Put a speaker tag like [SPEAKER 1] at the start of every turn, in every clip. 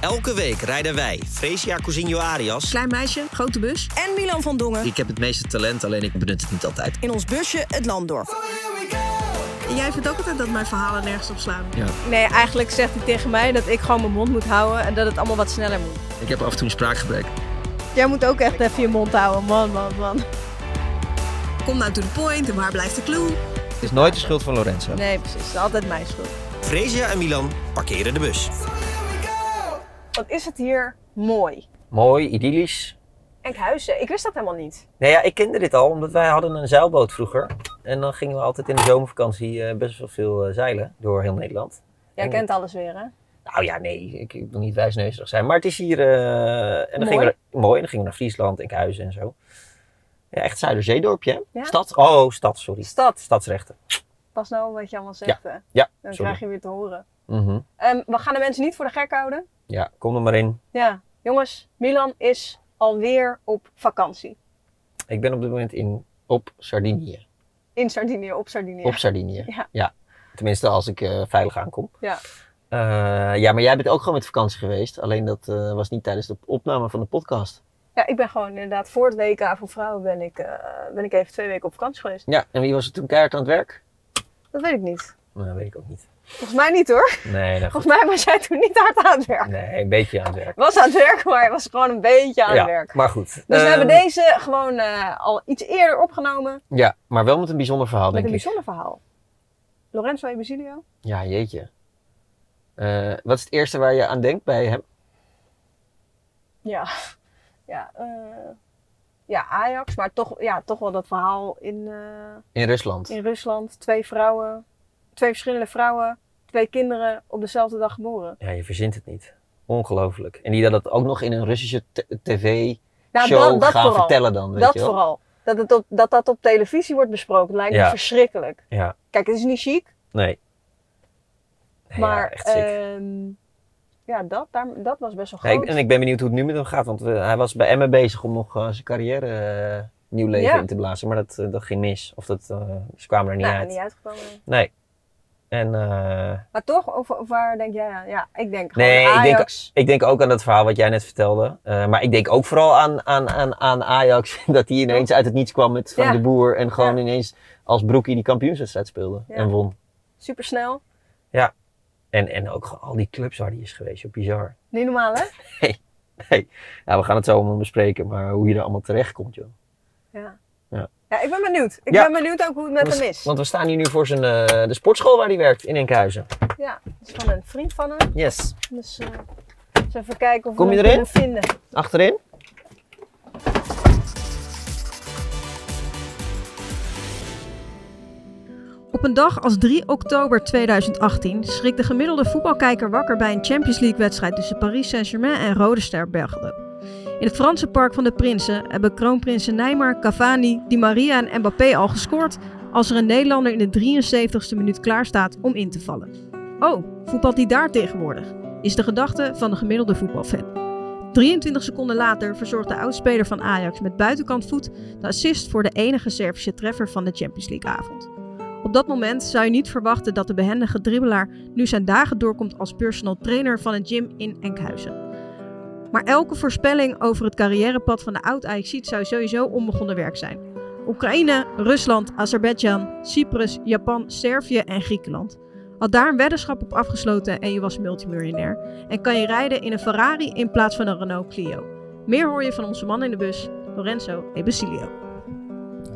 [SPEAKER 1] Elke week rijden wij Fresia Cousinho Arias.
[SPEAKER 2] Klein meisje, grote bus.
[SPEAKER 3] en Milan van Dongen
[SPEAKER 1] Ik heb het meeste talent, alleen ik benut het niet altijd.
[SPEAKER 3] in ons busje het land door.
[SPEAKER 2] En jij vindt ook altijd dat mijn verhalen nergens op slaan.
[SPEAKER 4] Nee, eigenlijk zegt hij tegen mij dat ik gewoon mijn mond moet houden en dat het allemaal wat sneller moet.
[SPEAKER 1] Ik heb af en toe een spraakgebrek.
[SPEAKER 4] Jij moet ook echt even je mond houden, man, man, man.
[SPEAKER 2] Kom nou to the point en waar blijft de clue?
[SPEAKER 5] Het is nooit de schuld van Lorenzo.
[SPEAKER 4] Nee, precies. Het is altijd mijn schuld.
[SPEAKER 1] Fresia en Milan parkeren de bus.
[SPEAKER 4] Wat is het hier mooi.
[SPEAKER 5] Mooi, idyllisch.
[SPEAKER 4] Enkhuizen, ik wist dat helemaal niet.
[SPEAKER 5] Nee, ja, ik kende dit al, omdat wij hadden een zeilboot vroeger. En dan gingen we altijd in de zomervakantie eh, best wel veel eh, zeilen door heel Nederland.
[SPEAKER 4] Jij
[SPEAKER 5] En-
[SPEAKER 4] kent alles weer, hè?
[SPEAKER 5] Nou ja, nee, ik, ik wil niet wijsneuzig zijn. Maar het is hier... eh, en dan
[SPEAKER 4] Mooi.
[SPEAKER 5] Gingen we, mooi. En dan gingen we naar Friesland, Enkhuizen en zo. Ja, echt Zuiderzeedorpje, hè?
[SPEAKER 4] Ja.
[SPEAKER 5] Stad? Oh, stad, sorry.
[SPEAKER 4] Stad.
[SPEAKER 5] Stadsrechten.
[SPEAKER 4] Pas nou wat je allemaal zegt, hè?
[SPEAKER 5] Ja,
[SPEAKER 4] Dan
[SPEAKER 5] sorry.
[SPEAKER 4] krijg je weer te horen.
[SPEAKER 5] Mhm.
[SPEAKER 4] Ehm, we gaan de mensen niet voor de gek houden.
[SPEAKER 5] Ja, kom er maar in.
[SPEAKER 4] Ja, jongens, Milan is alweer op vakantie.
[SPEAKER 5] Ik ben op dit moment in, op Sardinië.
[SPEAKER 4] In Sardinië, op Sardinië.
[SPEAKER 5] Op Sardinië.
[SPEAKER 4] Ja.
[SPEAKER 5] Tenminste, als ik eh, veilig aankom.
[SPEAKER 4] Ja.
[SPEAKER 5] Eh, ja, maar jij bent ook gewoon met vakantie geweest. Alleen dat eh, was niet tijdens de opname van de podcast.
[SPEAKER 4] Ja, ik ben gewoon inderdaad voor het WK voor vrouwen ben ik, eh, ben ik even twee weken op vakantie geweest.
[SPEAKER 5] Ja. En wie was er toen keihard aan het werk?
[SPEAKER 4] Dat weet ik niet.
[SPEAKER 5] Nou, weet ik ook niet.
[SPEAKER 4] Volgens mij niet hoor.
[SPEAKER 5] Nee, nou goed.
[SPEAKER 4] Volgens mij was jij toen niet hard aan het werk.
[SPEAKER 5] Nee, een beetje aan het werk.
[SPEAKER 4] Was aan het werk, maar was gewoon een beetje aan
[SPEAKER 5] ja,
[SPEAKER 4] het werk.
[SPEAKER 5] maar goed.
[SPEAKER 4] Dus we
[SPEAKER 5] Ehm,
[SPEAKER 4] hebben deze gewoon eh, al iets eerder opgenomen
[SPEAKER 5] Ja, maar wel met een bijzonder verhaal,
[SPEAKER 4] met
[SPEAKER 5] denk
[SPEAKER 4] een
[SPEAKER 5] ik.
[SPEAKER 4] bijzonder verhaal. Lorenzo Ebesilio?
[SPEAKER 5] Ja, jeetje. Eh, wat is het eerste waar je aan denkt bij hem?
[SPEAKER 4] Ja. Ja, eh, ja, Ajax, maar toch, ja, toch wel dat verhaal in, eh,
[SPEAKER 5] In Rusland.
[SPEAKER 4] in Rusland. Twee vrouwen, twee verschillende vrouwen, twee kinderen op dezelfde dag geboren.
[SPEAKER 5] Ja, je verzint het niet. Ongelooflijk. En die dat het ook nog in een Russische t- tv-show
[SPEAKER 4] Nou, dan- dat
[SPEAKER 5] gaan
[SPEAKER 4] vooral.
[SPEAKER 5] vertellen dan, weet
[SPEAKER 4] dat
[SPEAKER 5] je wel.
[SPEAKER 4] vooral. Dat, het op, dat dat op televisie wordt besproken lijkt me
[SPEAKER 5] Ja.
[SPEAKER 4] verschrikkelijk.
[SPEAKER 5] Ja,
[SPEAKER 4] Kijk, het is niet chic,
[SPEAKER 5] nee. Nee, ja,
[SPEAKER 4] maar
[SPEAKER 5] echt sick.
[SPEAKER 4] ehm, ja, dat, daar, dat was best wel
[SPEAKER 5] Ja,
[SPEAKER 4] groot.
[SPEAKER 5] ik- en ik ben benieuwd hoe het nu met hem gaat, want we- hij was bij Emmen bezig om nog eh, zijn carrière eh, nieuw leven
[SPEAKER 4] Ja.
[SPEAKER 5] in te blazen. Maar dat, eh, dat ging mis, of dat, eh, ze kwamen er niet
[SPEAKER 4] nou,
[SPEAKER 5] uit.
[SPEAKER 4] niet uitgekomen.
[SPEAKER 5] Nee. En eh,
[SPEAKER 4] Maar toch, over, over waar denk jij aan? Ja, ik denk gewoon
[SPEAKER 5] nee, ik
[SPEAKER 4] Ajax.
[SPEAKER 5] denk, ik denk ook aan dat verhaal wat jij net vertelde. Eh, maar ik denk ook vooral aan, aan, aan, aan Ajax, dat hij ineens uit het niets kwam met Van
[SPEAKER 4] Ja.
[SPEAKER 5] de Boer. En gewoon
[SPEAKER 4] Ja.
[SPEAKER 5] ineens als broekie die kampioenswedstrijd speelde
[SPEAKER 4] Ja.
[SPEAKER 5] en won.
[SPEAKER 4] Supersnel.
[SPEAKER 5] En, en ook gewoon al die clubs waar hij is geweest, joh, bizar.
[SPEAKER 4] Niet normaal, hè?
[SPEAKER 5] Ja, we gaan het zo allemaal bespreken, maar hoe je er allemaal terecht komt, joh.
[SPEAKER 4] Ja.
[SPEAKER 5] Ja.
[SPEAKER 4] Ja, ik ben benieuwd. Ik
[SPEAKER 5] Ja.
[SPEAKER 4] ben benieuwd ook hoe het met
[SPEAKER 5] Want-
[SPEAKER 4] hem is.
[SPEAKER 5] Want we staan hier nu voor zijn, eh, de sportschool waar hij werkt in Enkhuizen.
[SPEAKER 4] Ja, het is van een vriend van hem.
[SPEAKER 5] Yes.
[SPEAKER 4] Dus eh eens even kijken of
[SPEAKER 5] Kom
[SPEAKER 4] we
[SPEAKER 5] je
[SPEAKER 4] hem
[SPEAKER 5] erin?
[SPEAKER 4] kunnen vinden.
[SPEAKER 5] Achterin?
[SPEAKER 2] Op een dag als 3 oktober 2018 schrikt de gemiddelde voetbalkijker wakker bij een Champions League wedstrijd tussen Paris Saint-Germain en Rode Ster Belgrado. In het Franse Park van de Prinsen hebben kroonprinsen Neymar, Cavani, Di Maria en Mbappé al gescoord als er een Nederlander in de 73ste minuut klaar staat om in te vallen. Oh, voetbalt die daar tegenwoordig? Is de gedachte van de gemiddelde voetbalfan. 23 seconden later verzorgt de oudspeler van Ajax met buitenkant voet de assist voor de enige Servische treffer van de Champions League avond. Op dat moment zou je niet verwachten dat de behendige dribbelaar nu zijn dagen doorkomt als personal trainer van een gym in Enkhuizen. Maar elke voorspelling over het carrièrepad van de oud ajaxiet zou sowieso onbegonnen werk zijn. Oekraïne, Rusland, Azerbeidzjan, Cyprus, Japan, Servië en Griekenland. Had daar een weddenschap op afgesloten en je was multimiljonair. En kan je rijden in een Ferrari in plaats van een Renault Clio. Meer hoor je van onze man in de bus, Lorenzo Ebesilio.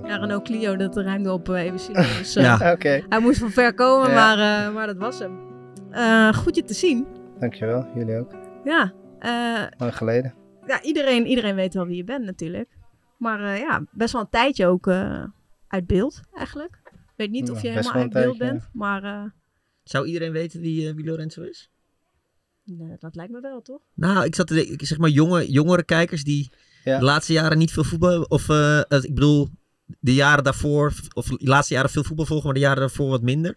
[SPEAKER 2] Ja, Renault Clio, dat ruimde op eh, Ebesilio. Dus, eh,
[SPEAKER 6] Oké,
[SPEAKER 2] hij moest van ver komen,
[SPEAKER 6] Ja.
[SPEAKER 2] maar, eh, maar dat was hem. Eh, goed je te zien.
[SPEAKER 6] dankjewel. Jullie ook.
[SPEAKER 2] Ja. eh,
[SPEAKER 6] Lang geleden.
[SPEAKER 2] ja iedereen, iedereen weet wel wie je bent natuurlijk. Maar eh, ja, best wel een tijdje ook eh, uit beeld eigenlijk. Ik weet niet of je
[SPEAKER 6] Ja,
[SPEAKER 2] helemaal
[SPEAKER 6] best wel
[SPEAKER 2] uit
[SPEAKER 6] een
[SPEAKER 2] beeld
[SPEAKER 6] tijdje,
[SPEAKER 2] bent, maar eh,
[SPEAKER 7] Zou iedereen weten wie, eh, wie Lorenzo is?
[SPEAKER 2] nee, dat lijkt me wel, toch?
[SPEAKER 7] Nou, ik zat te denken, ik zeg maar jonge, jongere kijkers die
[SPEAKER 6] Ja.
[SPEAKER 7] de laatste jaren niet veel voetbal hebben. Of eh, eh, ik bedoel, de jaren daarvoor, of de laatste jaren veel voetbal volgen, maar de jaren daarvoor wat minder.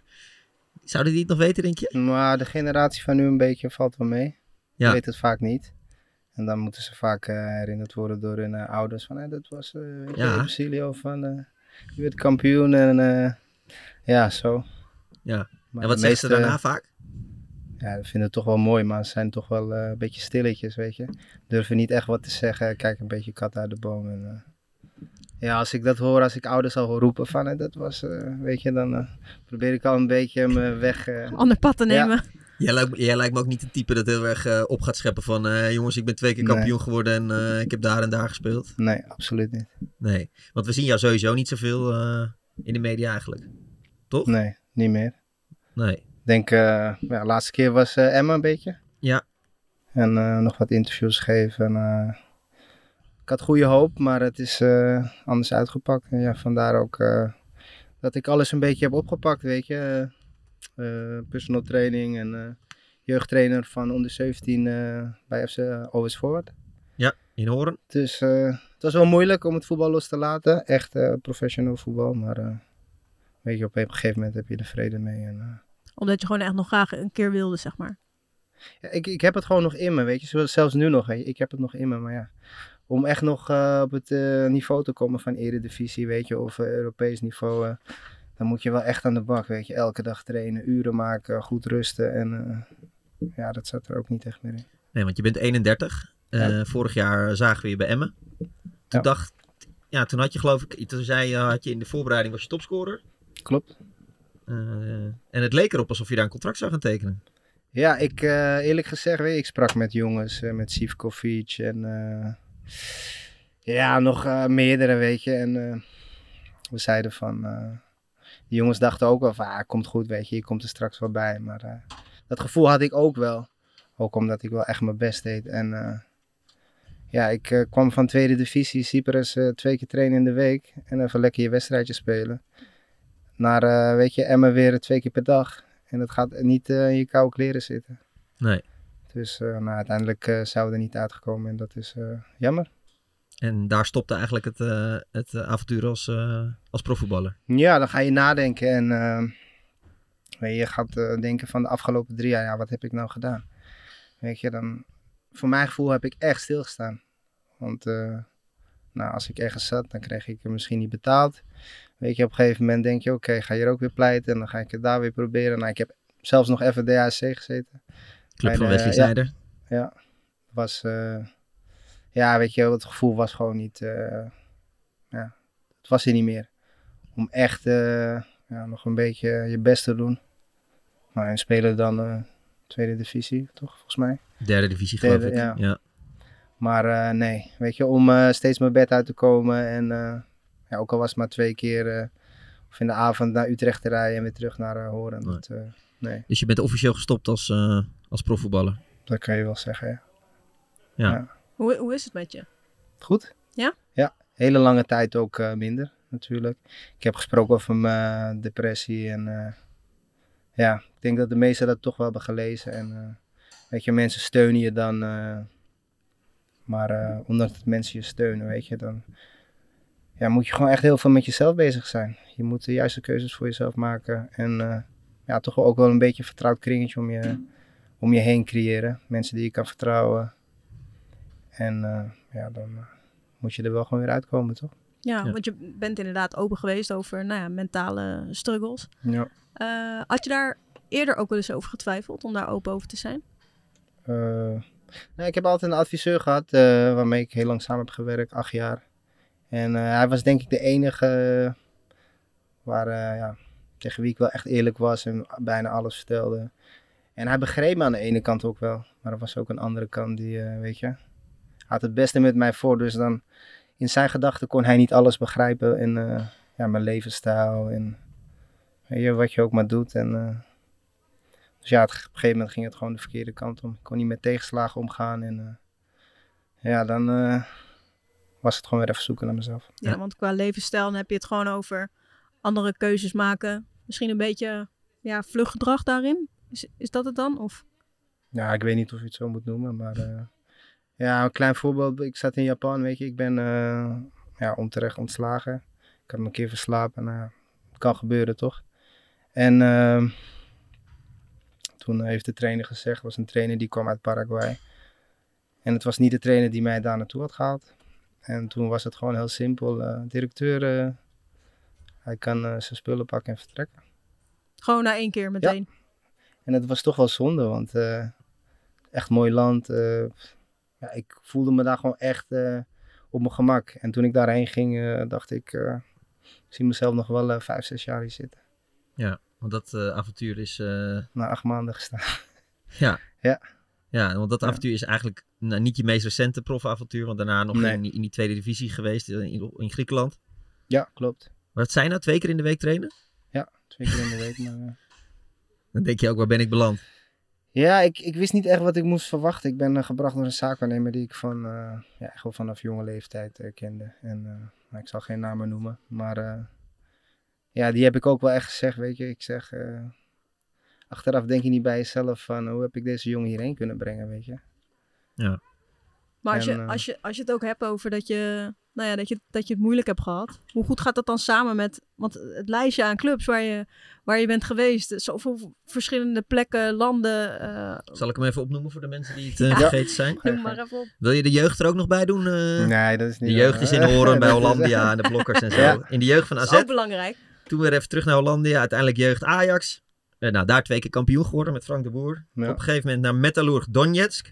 [SPEAKER 7] Zouden die het nog weten, denk je?
[SPEAKER 6] Maar de generatie van nu een beetje valt wel mee.
[SPEAKER 7] Ja.
[SPEAKER 6] Je weet het vaak niet. En dan moeten ze vaak eh, herinnerd worden door hun eh, ouders. Van, eh, dat was eh weet je,
[SPEAKER 7] Ja.
[SPEAKER 6] Basilio van, eh, je werd kampioen en eh, ja, zo.
[SPEAKER 7] Ja.
[SPEAKER 6] Maar
[SPEAKER 7] en wat zeggen
[SPEAKER 6] de
[SPEAKER 7] ze
[SPEAKER 6] meeste-
[SPEAKER 7] daarna vaak?
[SPEAKER 6] ja, we vinden het toch wel mooi, maar ze zijn toch wel eh, een beetje stilletjes, weet je. Durven niet echt wat te zeggen, kijk een beetje kat uit de boom. En, eh, ja, als ik dat hoor, als ik ouders al hoor roepen van, eh, dat was, eh, weet je, dan eh, probeer ik al een beetje me weg... eh,
[SPEAKER 2] Ander pad te
[SPEAKER 6] Ja.
[SPEAKER 2] nemen.
[SPEAKER 5] Jij lijkt, jij lijkt me ook niet het type dat heel erg eh, op gaat scheppen van... eh, jongens, ik ben twee keer
[SPEAKER 6] Nee.
[SPEAKER 5] kampioen geworden en eh, ik heb daar en daar gespeeld.
[SPEAKER 6] nee, absoluut niet.
[SPEAKER 5] Nee, want we zien jou sowieso niet zoveel eh, in de media eigenlijk.
[SPEAKER 6] Nee, niet meer.
[SPEAKER 5] Nee.
[SPEAKER 6] Ik denk, eh ja, laatste keer was eh, Emma een beetje.
[SPEAKER 5] Ja.
[SPEAKER 6] En eh, nog wat interviews geven. En, eh, ik had goede hoop, maar het is eh, anders uitgepakt. En ja, vandaar ook eh, dat ik alles een beetje heb opgepakt, weet je. Eh, eh, personal training en eh, jeugdtrainer van onder 17 eh, bij FC OS Forward.
[SPEAKER 5] In Horen?
[SPEAKER 6] Dus eh, het was wel moeilijk om het voetbal los te laten. Echt eh, professional voetbal, maar eh, weet je, op een gegeven moment heb je er vrede mee. En, eh,
[SPEAKER 2] Omdat je gewoon echt nog graag een keer wilde, zeg maar.
[SPEAKER 6] Ja, ik, ik heb het gewoon nog in me, weet je. Zo- Zelfs nu nog, weet je. ik heb het nog in me. Maar ja, om echt nog eh, op het eh, niveau te komen van eredivisie, weet je, of eh, Europees niveau, eh, dan moet je wel echt aan de bak, weet je. Elke dag trainen, uren maken, goed rusten en eh, ja, dat zat er ook niet echt meer in.
[SPEAKER 5] Nee, want je bent 31. Eh, Vorig jaar zagen we je bij Emmen. Toen
[SPEAKER 6] Ja.
[SPEAKER 5] dacht... Ja, toen had je geloof ik... Toen zei je, had je in de voorbereiding was je topscorer.
[SPEAKER 6] Klopt.
[SPEAKER 5] Eh, en het leek erop alsof je daar een contract zou gaan tekenen.
[SPEAKER 6] Ja, ik, eh, eerlijk gezegd, weet je, ik sprak met jongens, eh, met Sivkovic en eh, ja, nog eh, meerdere, weet je. En eh, we zeiden van, eh, die jongens dachten ook wel van, ah, komt goed, weet je, je komt er straks wel bij. Maar eh, dat gevoel had ik ook wel, ook omdat ik wel echt mijn best deed. En eh, ja, ik eh, kwam van tweede divisie, Cyprus, eh, twee keer trainen in de week en even lekker je wedstrijdje spelen. Naar, eh, weet je, Emmen weer twee keer per dag. En dat gaat niet eh, in je koude kleren zitten.
[SPEAKER 5] Nee.
[SPEAKER 6] Dus eh, nou, uiteindelijk eh zijn we er niet uitgekomen en dat is eh, jammer.
[SPEAKER 5] En daar stopte eigenlijk het, eh, het eh, avontuur als, eh, als profvoetballer.
[SPEAKER 6] Ja, dan ga je nadenken en eh, weet je, je gaat eh, denken van de afgelopen drie jaar, ja, wat heb ik nou gedaan? Weet je, dan, voor mijn gevoel heb ik echt stilgestaan. Want eh, nou, als ik ergens zat, dan kreeg ik het misschien niet betaald. Weet je, op een gegeven moment denk je, oké, ga hier ook weer pleiten en dan ga ik het daar weer proberen. Nou, ik heb zelfs nog even DHC gezeten.
[SPEAKER 5] Club
[SPEAKER 6] Bij
[SPEAKER 5] van
[SPEAKER 6] de-
[SPEAKER 5] Wesley
[SPEAKER 6] eh, ja.
[SPEAKER 5] Sneijder.
[SPEAKER 6] was, eh, ja, weet je, het gevoel was gewoon niet, eh, ja, het was er niet meer. Om echt eh, ja, nog een beetje je best te doen. Nou, en spelen dan eh, tweede divisie, toch, volgens mij.
[SPEAKER 5] Derde divisie geloof
[SPEAKER 6] Derde,
[SPEAKER 5] ik.
[SPEAKER 6] ja.
[SPEAKER 5] Ja.
[SPEAKER 6] Maar eh, nee, weet je, om eh, steeds mijn bed uit te komen en eh, ja, ook al was het maar twee keer eh, of in de avond naar Utrecht te rijden en weer terug naar eh, Horen.
[SPEAKER 5] Nee.
[SPEAKER 6] Dat, eh, nee,
[SPEAKER 5] Dus je bent officieel gestopt als, eh, als profvoetballer.
[SPEAKER 6] dat kan je wel zeggen, ja.
[SPEAKER 2] Hoe, hoe is het met je?
[SPEAKER 6] Goed?
[SPEAKER 2] Ja?
[SPEAKER 6] Ja, hele lange tijd ook eh, minder natuurlijk. Ik heb gesproken over mijn depressie en eh, ja, ik denk dat de meesten dat toch wel hebben gelezen. En eh, weet je, mensen steunen je dan, eh, maar eh, ondanks dat mensen je steunen, weet je, dan ja, moet je gewoon echt heel veel met jezelf bezig zijn. Je moet de juiste keuzes voor jezelf maken en eh, ja, toch ook wel een beetje een vertrouwd kringetje om je, om je heen creëren. Mensen die je kan vertrouwen. En eh, ja, dan eh, moet je er wel gewoon weer uitkomen, toch?
[SPEAKER 2] Ja,
[SPEAKER 5] Ja.
[SPEAKER 2] want je bent inderdaad open geweest over nou ja, mentale struggles.
[SPEAKER 6] Ja.
[SPEAKER 2] Eh, had je daar eerder ook wel eens over getwijfeld om daar open over te zijn?
[SPEAKER 6] nou, ik heb altijd een adviseur gehad eh, waarmee ik heel lang samen heb gewerkt, acht jaar. En eh, hij was denk ik de enige eh, waar, eh, ja, tegen wie ik wel echt eerlijk was en bijna alles vertelde. En hij begreep me aan de ene kant ook wel, maar er was ook een andere kant die, eh, weet je, hij had het beste met mij voor. Dus dan in zijn gedachten kon hij niet alles begrijpen in eh, ja, mijn levensstijl en weet je, wat je ook maar doet. En, eh, dus ja, het- op een gegeven moment ging het gewoon de verkeerde kant om. Ik kon niet met tegenslagen omgaan. En eh, ja, dan eh, was het gewoon weer even zoeken naar mezelf.
[SPEAKER 2] Ja,
[SPEAKER 5] Ja.
[SPEAKER 2] want qua levensstijl dan heb je het gewoon over andere keuzes maken. Misschien een beetje ja, vluchtgedrag daarin. Is, is dat het dan? Of
[SPEAKER 6] Ja, ik weet niet of je het zo moet noemen, maar eh, ja, een klein voorbeeld. Ik zat in Japan, weet je, ik ben eh, ja, onterecht ontslagen. Ik had me een keer verslapen, nou, het kan gebeuren toch? En ehm, toen heeft de trainer gezegd, het was een trainer die kwam uit Paraguay. En het was niet de trainer die mij daar naartoe had gehaald. En toen was het gewoon heel simpel, eh, directeur, eh, hij kan eh, zijn spullen pakken en vertrekken.
[SPEAKER 2] gewoon na één keer meteen?
[SPEAKER 6] En het was toch wel zonde, want eh, echt mooi land. eh, ja, ik voelde me daar gewoon echt eh, op mijn gemak. En toen ik daarheen ging, eh, dacht ik, eh, ik zie mezelf nog wel eh, vijf, zes jaar hier zitten.
[SPEAKER 5] Want dat eh, avontuur is... eh,
[SPEAKER 6] Na acht maanden gestaan.
[SPEAKER 5] ja.
[SPEAKER 6] Ja.
[SPEAKER 5] Ja, want dat
[SPEAKER 6] Ja.
[SPEAKER 5] avontuur is eigenlijk nou, niet je meest recente profavontuur. Want daarna nog
[SPEAKER 6] Nee.
[SPEAKER 5] in, die- in die tweede divisie geweest eh, in, in Griekenland.
[SPEAKER 6] Ja, klopt.
[SPEAKER 5] Maar het zijn nou twee keer in de week trainen?
[SPEAKER 6] Twee keer in de week. Maar, eh.
[SPEAKER 5] Dan denk je ook, waar ben ik beland?
[SPEAKER 6] Ja, ik, ik wist niet echt wat ik moest verwachten. Ik ben eh, gebracht door een zaakwaarnemer die ik van, eh, ja, echt wel vanaf jonge leeftijd eh, kende. En eh, nou, ik zal geen namen noemen. Maar eh, ja, die heb ik ook wel echt gezegd, weet je. Ik zeg, eh, achteraf denk je niet bij jezelf van, hoe heb ik deze jongen hierheen kunnen brengen, weet je.
[SPEAKER 2] Maar als
[SPEAKER 6] En,
[SPEAKER 2] je,
[SPEAKER 6] eh,
[SPEAKER 2] als, je, als je het ook hebt over dat je, nou ja, dat, je, dat je het moeilijk hebt gehad. Hoe goed gaat dat dan samen met want het lijstje aan clubs waar je, waar je bent geweest? Zoveel verschillende plekken, landen. eh
[SPEAKER 5] Zal ik hem even opnoemen voor de mensen die het eh,
[SPEAKER 6] Ja.
[SPEAKER 5] vergeten zijn?
[SPEAKER 2] noem maar eh, even op.
[SPEAKER 5] Wil je de jeugd er ook nog bij doen? eh?
[SPEAKER 6] Nee, dat is niet
[SPEAKER 5] de jeugd is in Horen bij Hollandia en de blokkers en zo.
[SPEAKER 6] Ja.
[SPEAKER 5] In de jeugd van
[SPEAKER 6] Nou,
[SPEAKER 2] Dat is
[SPEAKER 5] AZ.
[SPEAKER 2] ook belangrijk.
[SPEAKER 5] Toen weer even terug naar Hollandia. Uiteindelijk jeugd Ajax. Eh, nou, daar twee keer kampioen geworden met Frank de Boer.
[SPEAKER 6] Ja.
[SPEAKER 5] Op een gegeven moment naar Metalurg Donetsk.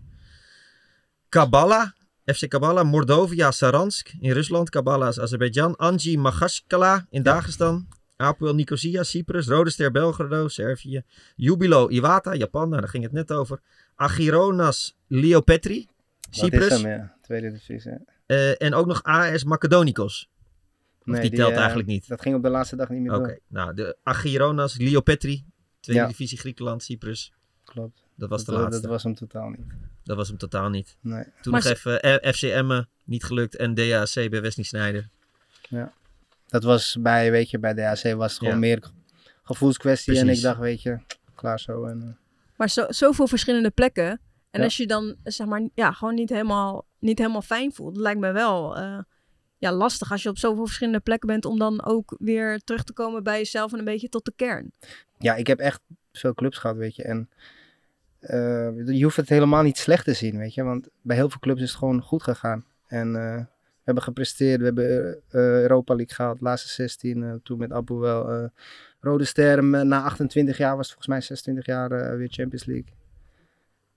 [SPEAKER 5] Kabala. FC Kabala. Mordovia Saransk in Rusland. Kabala is Azerbeidzjan. Anji Magashkala in Dagestan. Apoel Nicosia, Cyprus. Rode Ster Belgrado, Servië. Jubilo Iwata, Japan. Nou, daar ging het net over. Agironas Leopetri, Cyprus.
[SPEAKER 6] Cyprus? ja. Tweede divisie. ja.
[SPEAKER 5] Eh, en ook nog AS Macedonicos.
[SPEAKER 6] Nee,
[SPEAKER 5] die telt
[SPEAKER 6] eh,
[SPEAKER 5] eigenlijk niet.
[SPEAKER 6] Dat ging op de laatste dag niet meer
[SPEAKER 5] Oké,
[SPEAKER 6] door.
[SPEAKER 5] nou, de Agironas Leopetri. Tweede
[SPEAKER 6] Ja.
[SPEAKER 5] divisie Griekenland, Cyprus.
[SPEAKER 6] Klopt.
[SPEAKER 5] Dat was de
[SPEAKER 6] dat,
[SPEAKER 5] laatste.
[SPEAKER 6] dat was hem totaal niet.
[SPEAKER 5] Dat was hem totaal niet.
[SPEAKER 6] Nee.
[SPEAKER 5] Toen
[SPEAKER 2] Maar
[SPEAKER 5] nog even eh, FC Emmen, niet gelukt. En DAC bij Wesley Snijder.
[SPEAKER 6] Dat was bij, weet je, bij de AC was het gewoon
[SPEAKER 5] Ja.
[SPEAKER 6] meer gevoelskwestie. En
[SPEAKER 5] Precies.
[SPEAKER 6] ik dacht, weet je, klaar zo. En, eh,
[SPEAKER 2] Maar zo, zoveel verschillende plekken. En
[SPEAKER 6] Ja.
[SPEAKER 2] als je dan zeg maar ja, gewoon niet helemaal, niet helemaal fijn voelt, lijkt me wel eh, ja, lastig als je op zoveel verschillende plekken bent om dan ook weer terug te komen bij jezelf en een beetje tot de kern.
[SPEAKER 6] ja, ik heb echt veel clubs gehad, weet je. En eh, je hoeft het helemaal niet slecht te zien, weet je. Want bij heel veel clubs is het gewoon goed gegaan. En eh, we hebben gepresteerd. We hebben eh, eh, Europa League gehaald, laatste 16. eh, toen met Abu wel. eh, Rode Ster, m- na 28 jaar was het volgens mij 26 jaar eh, weer Champions League.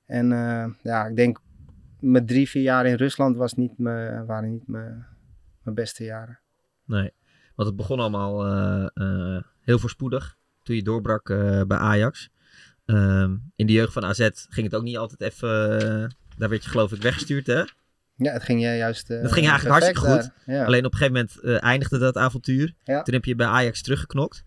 [SPEAKER 6] En eh, ja, ik denk mijn drie, vier jaar in Rusland was niet mijn- waren niet mijn mijn beste jaren.
[SPEAKER 5] Nee, want het begon allemaal eh, eh, heel voorspoedig. Toen je doorbrak eh, bij Ajax. Ehm, in de jeugd van AZ ging het ook niet altijd even... eh, daar werd je geloof ik weggestuurd, hè?
[SPEAKER 6] Ja, het ging jij juist. eh,
[SPEAKER 5] Dat ging eigenlijk
[SPEAKER 6] perfect
[SPEAKER 5] hartstikke
[SPEAKER 6] daar. Ja.
[SPEAKER 5] Alleen op een gegeven moment eh, eindigde dat avontuur.
[SPEAKER 6] Ja.
[SPEAKER 5] Toen heb je bij Ajax teruggeknokt.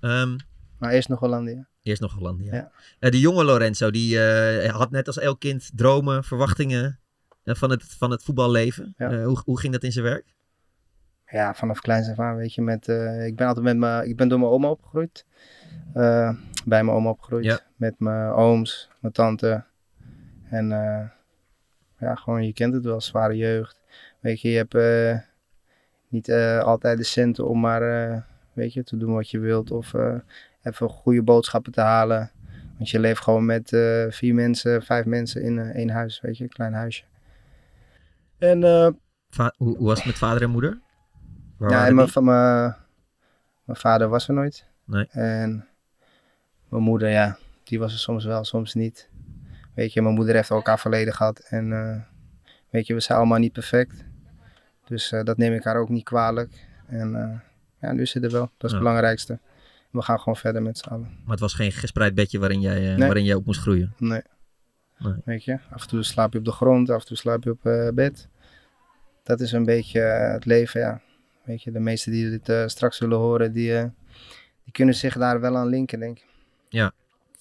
[SPEAKER 5] Ehm,
[SPEAKER 6] Maar eerst nog Hollandia.
[SPEAKER 5] eerst nog Hollandia.
[SPEAKER 6] Ja.
[SPEAKER 5] Eh, die jonge Lorenzo, die eh, had net als elk kind dromen, verwachtingen eh, van, het, van het voetballeven.
[SPEAKER 6] Ja.
[SPEAKER 5] Eh, hoe, hoe ging dat in zijn werk?
[SPEAKER 6] Ja, vanaf kleins af aan, weet je. Met, eh, ik ben altijd met mijn, ik ben door mijn oma opgegroeid. Eh, bij mijn oma opgegroeid.
[SPEAKER 5] Ja.
[SPEAKER 6] Met mijn ooms, mijn tante. En eh, ja, gewoon, je kent het wel, zware jeugd. Weet je, je hebt eh, niet eh, altijd de centen om maar, eh, weet je, te doen wat je wilt. Of eh, even goede boodschappen te halen. Want je leeft gewoon met eh, vier mensen, vijf mensen in eh, één huis, weet je, een klein huisje. En eh,
[SPEAKER 5] Va- hoe, hoe was het met vader en moeder? Waar
[SPEAKER 6] ja,
[SPEAKER 5] waren
[SPEAKER 6] en mijn,
[SPEAKER 5] die?
[SPEAKER 6] van mijn, mijn vader was er nooit.
[SPEAKER 5] Nee.
[SPEAKER 6] En mijn moeder, ja, die was er soms wel, soms niet. Weet je, mijn moeder heeft ook haar verleden gehad. En eh, weet je, we zijn allemaal niet perfect. Dus eh, dat neem ik haar ook niet kwalijk. En eh, ja, nu is ze er wel. Dat is
[SPEAKER 5] Ja.
[SPEAKER 6] het belangrijkste. We gaan gewoon verder met z'n allen.
[SPEAKER 5] Maar het was geen gespreid bedje waarin jij, eh,
[SPEAKER 6] Nee.
[SPEAKER 5] waarin jij op moest groeien.
[SPEAKER 6] Nee.
[SPEAKER 5] Nee.
[SPEAKER 6] Weet je, af en toe slaap je op de grond, af en toe slaap je op eh, bed. Dat is een beetje eh, het leven, ja. Weet je, de meesten die dit eh, straks zullen horen, die, eh, die kunnen zich daar wel aan linken, denk ik.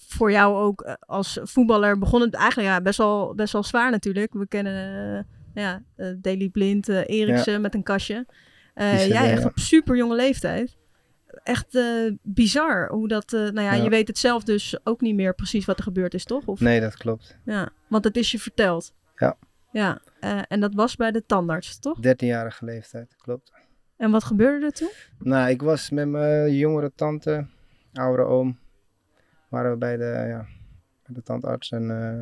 [SPEAKER 2] Voor jou ook eh, als voetballer begon het eigenlijk ja, best, wel, best wel zwaar natuurlijk. We kennen eh, ja, eh, Daley Blind, eh Eriksen met een kastje. Eh,
[SPEAKER 6] Die zit
[SPEAKER 2] jij
[SPEAKER 6] er,
[SPEAKER 2] echt
[SPEAKER 6] ja.
[SPEAKER 2] op super jonge leeftijd. Echt eh, bizar hoe dat, eh, nou ja,
[SPEAKER 6] Ja.
[SPEAKER 2] je weet het zelf dus ook niet meer precies wat er gebeurd is, toch? Of,
[SPEAKER 6] Nee, dat klopt.
[SPEAKER 2] Ja, want het is je verteld.
[SPEAKER 6] Ja.
[SPEAKER 2] Ja, eh, en dat was bij de tandarts, toch?
[SPEAKER 6] 13-jarige leeftijd, klopt.
[SPEAKER 2] En wat gebeurde er toen?
[SPEAKER 6] Nou, ik was met mijn jongere tante, oudere oom, waren we bij de, ja, bij de tandarts. En eh,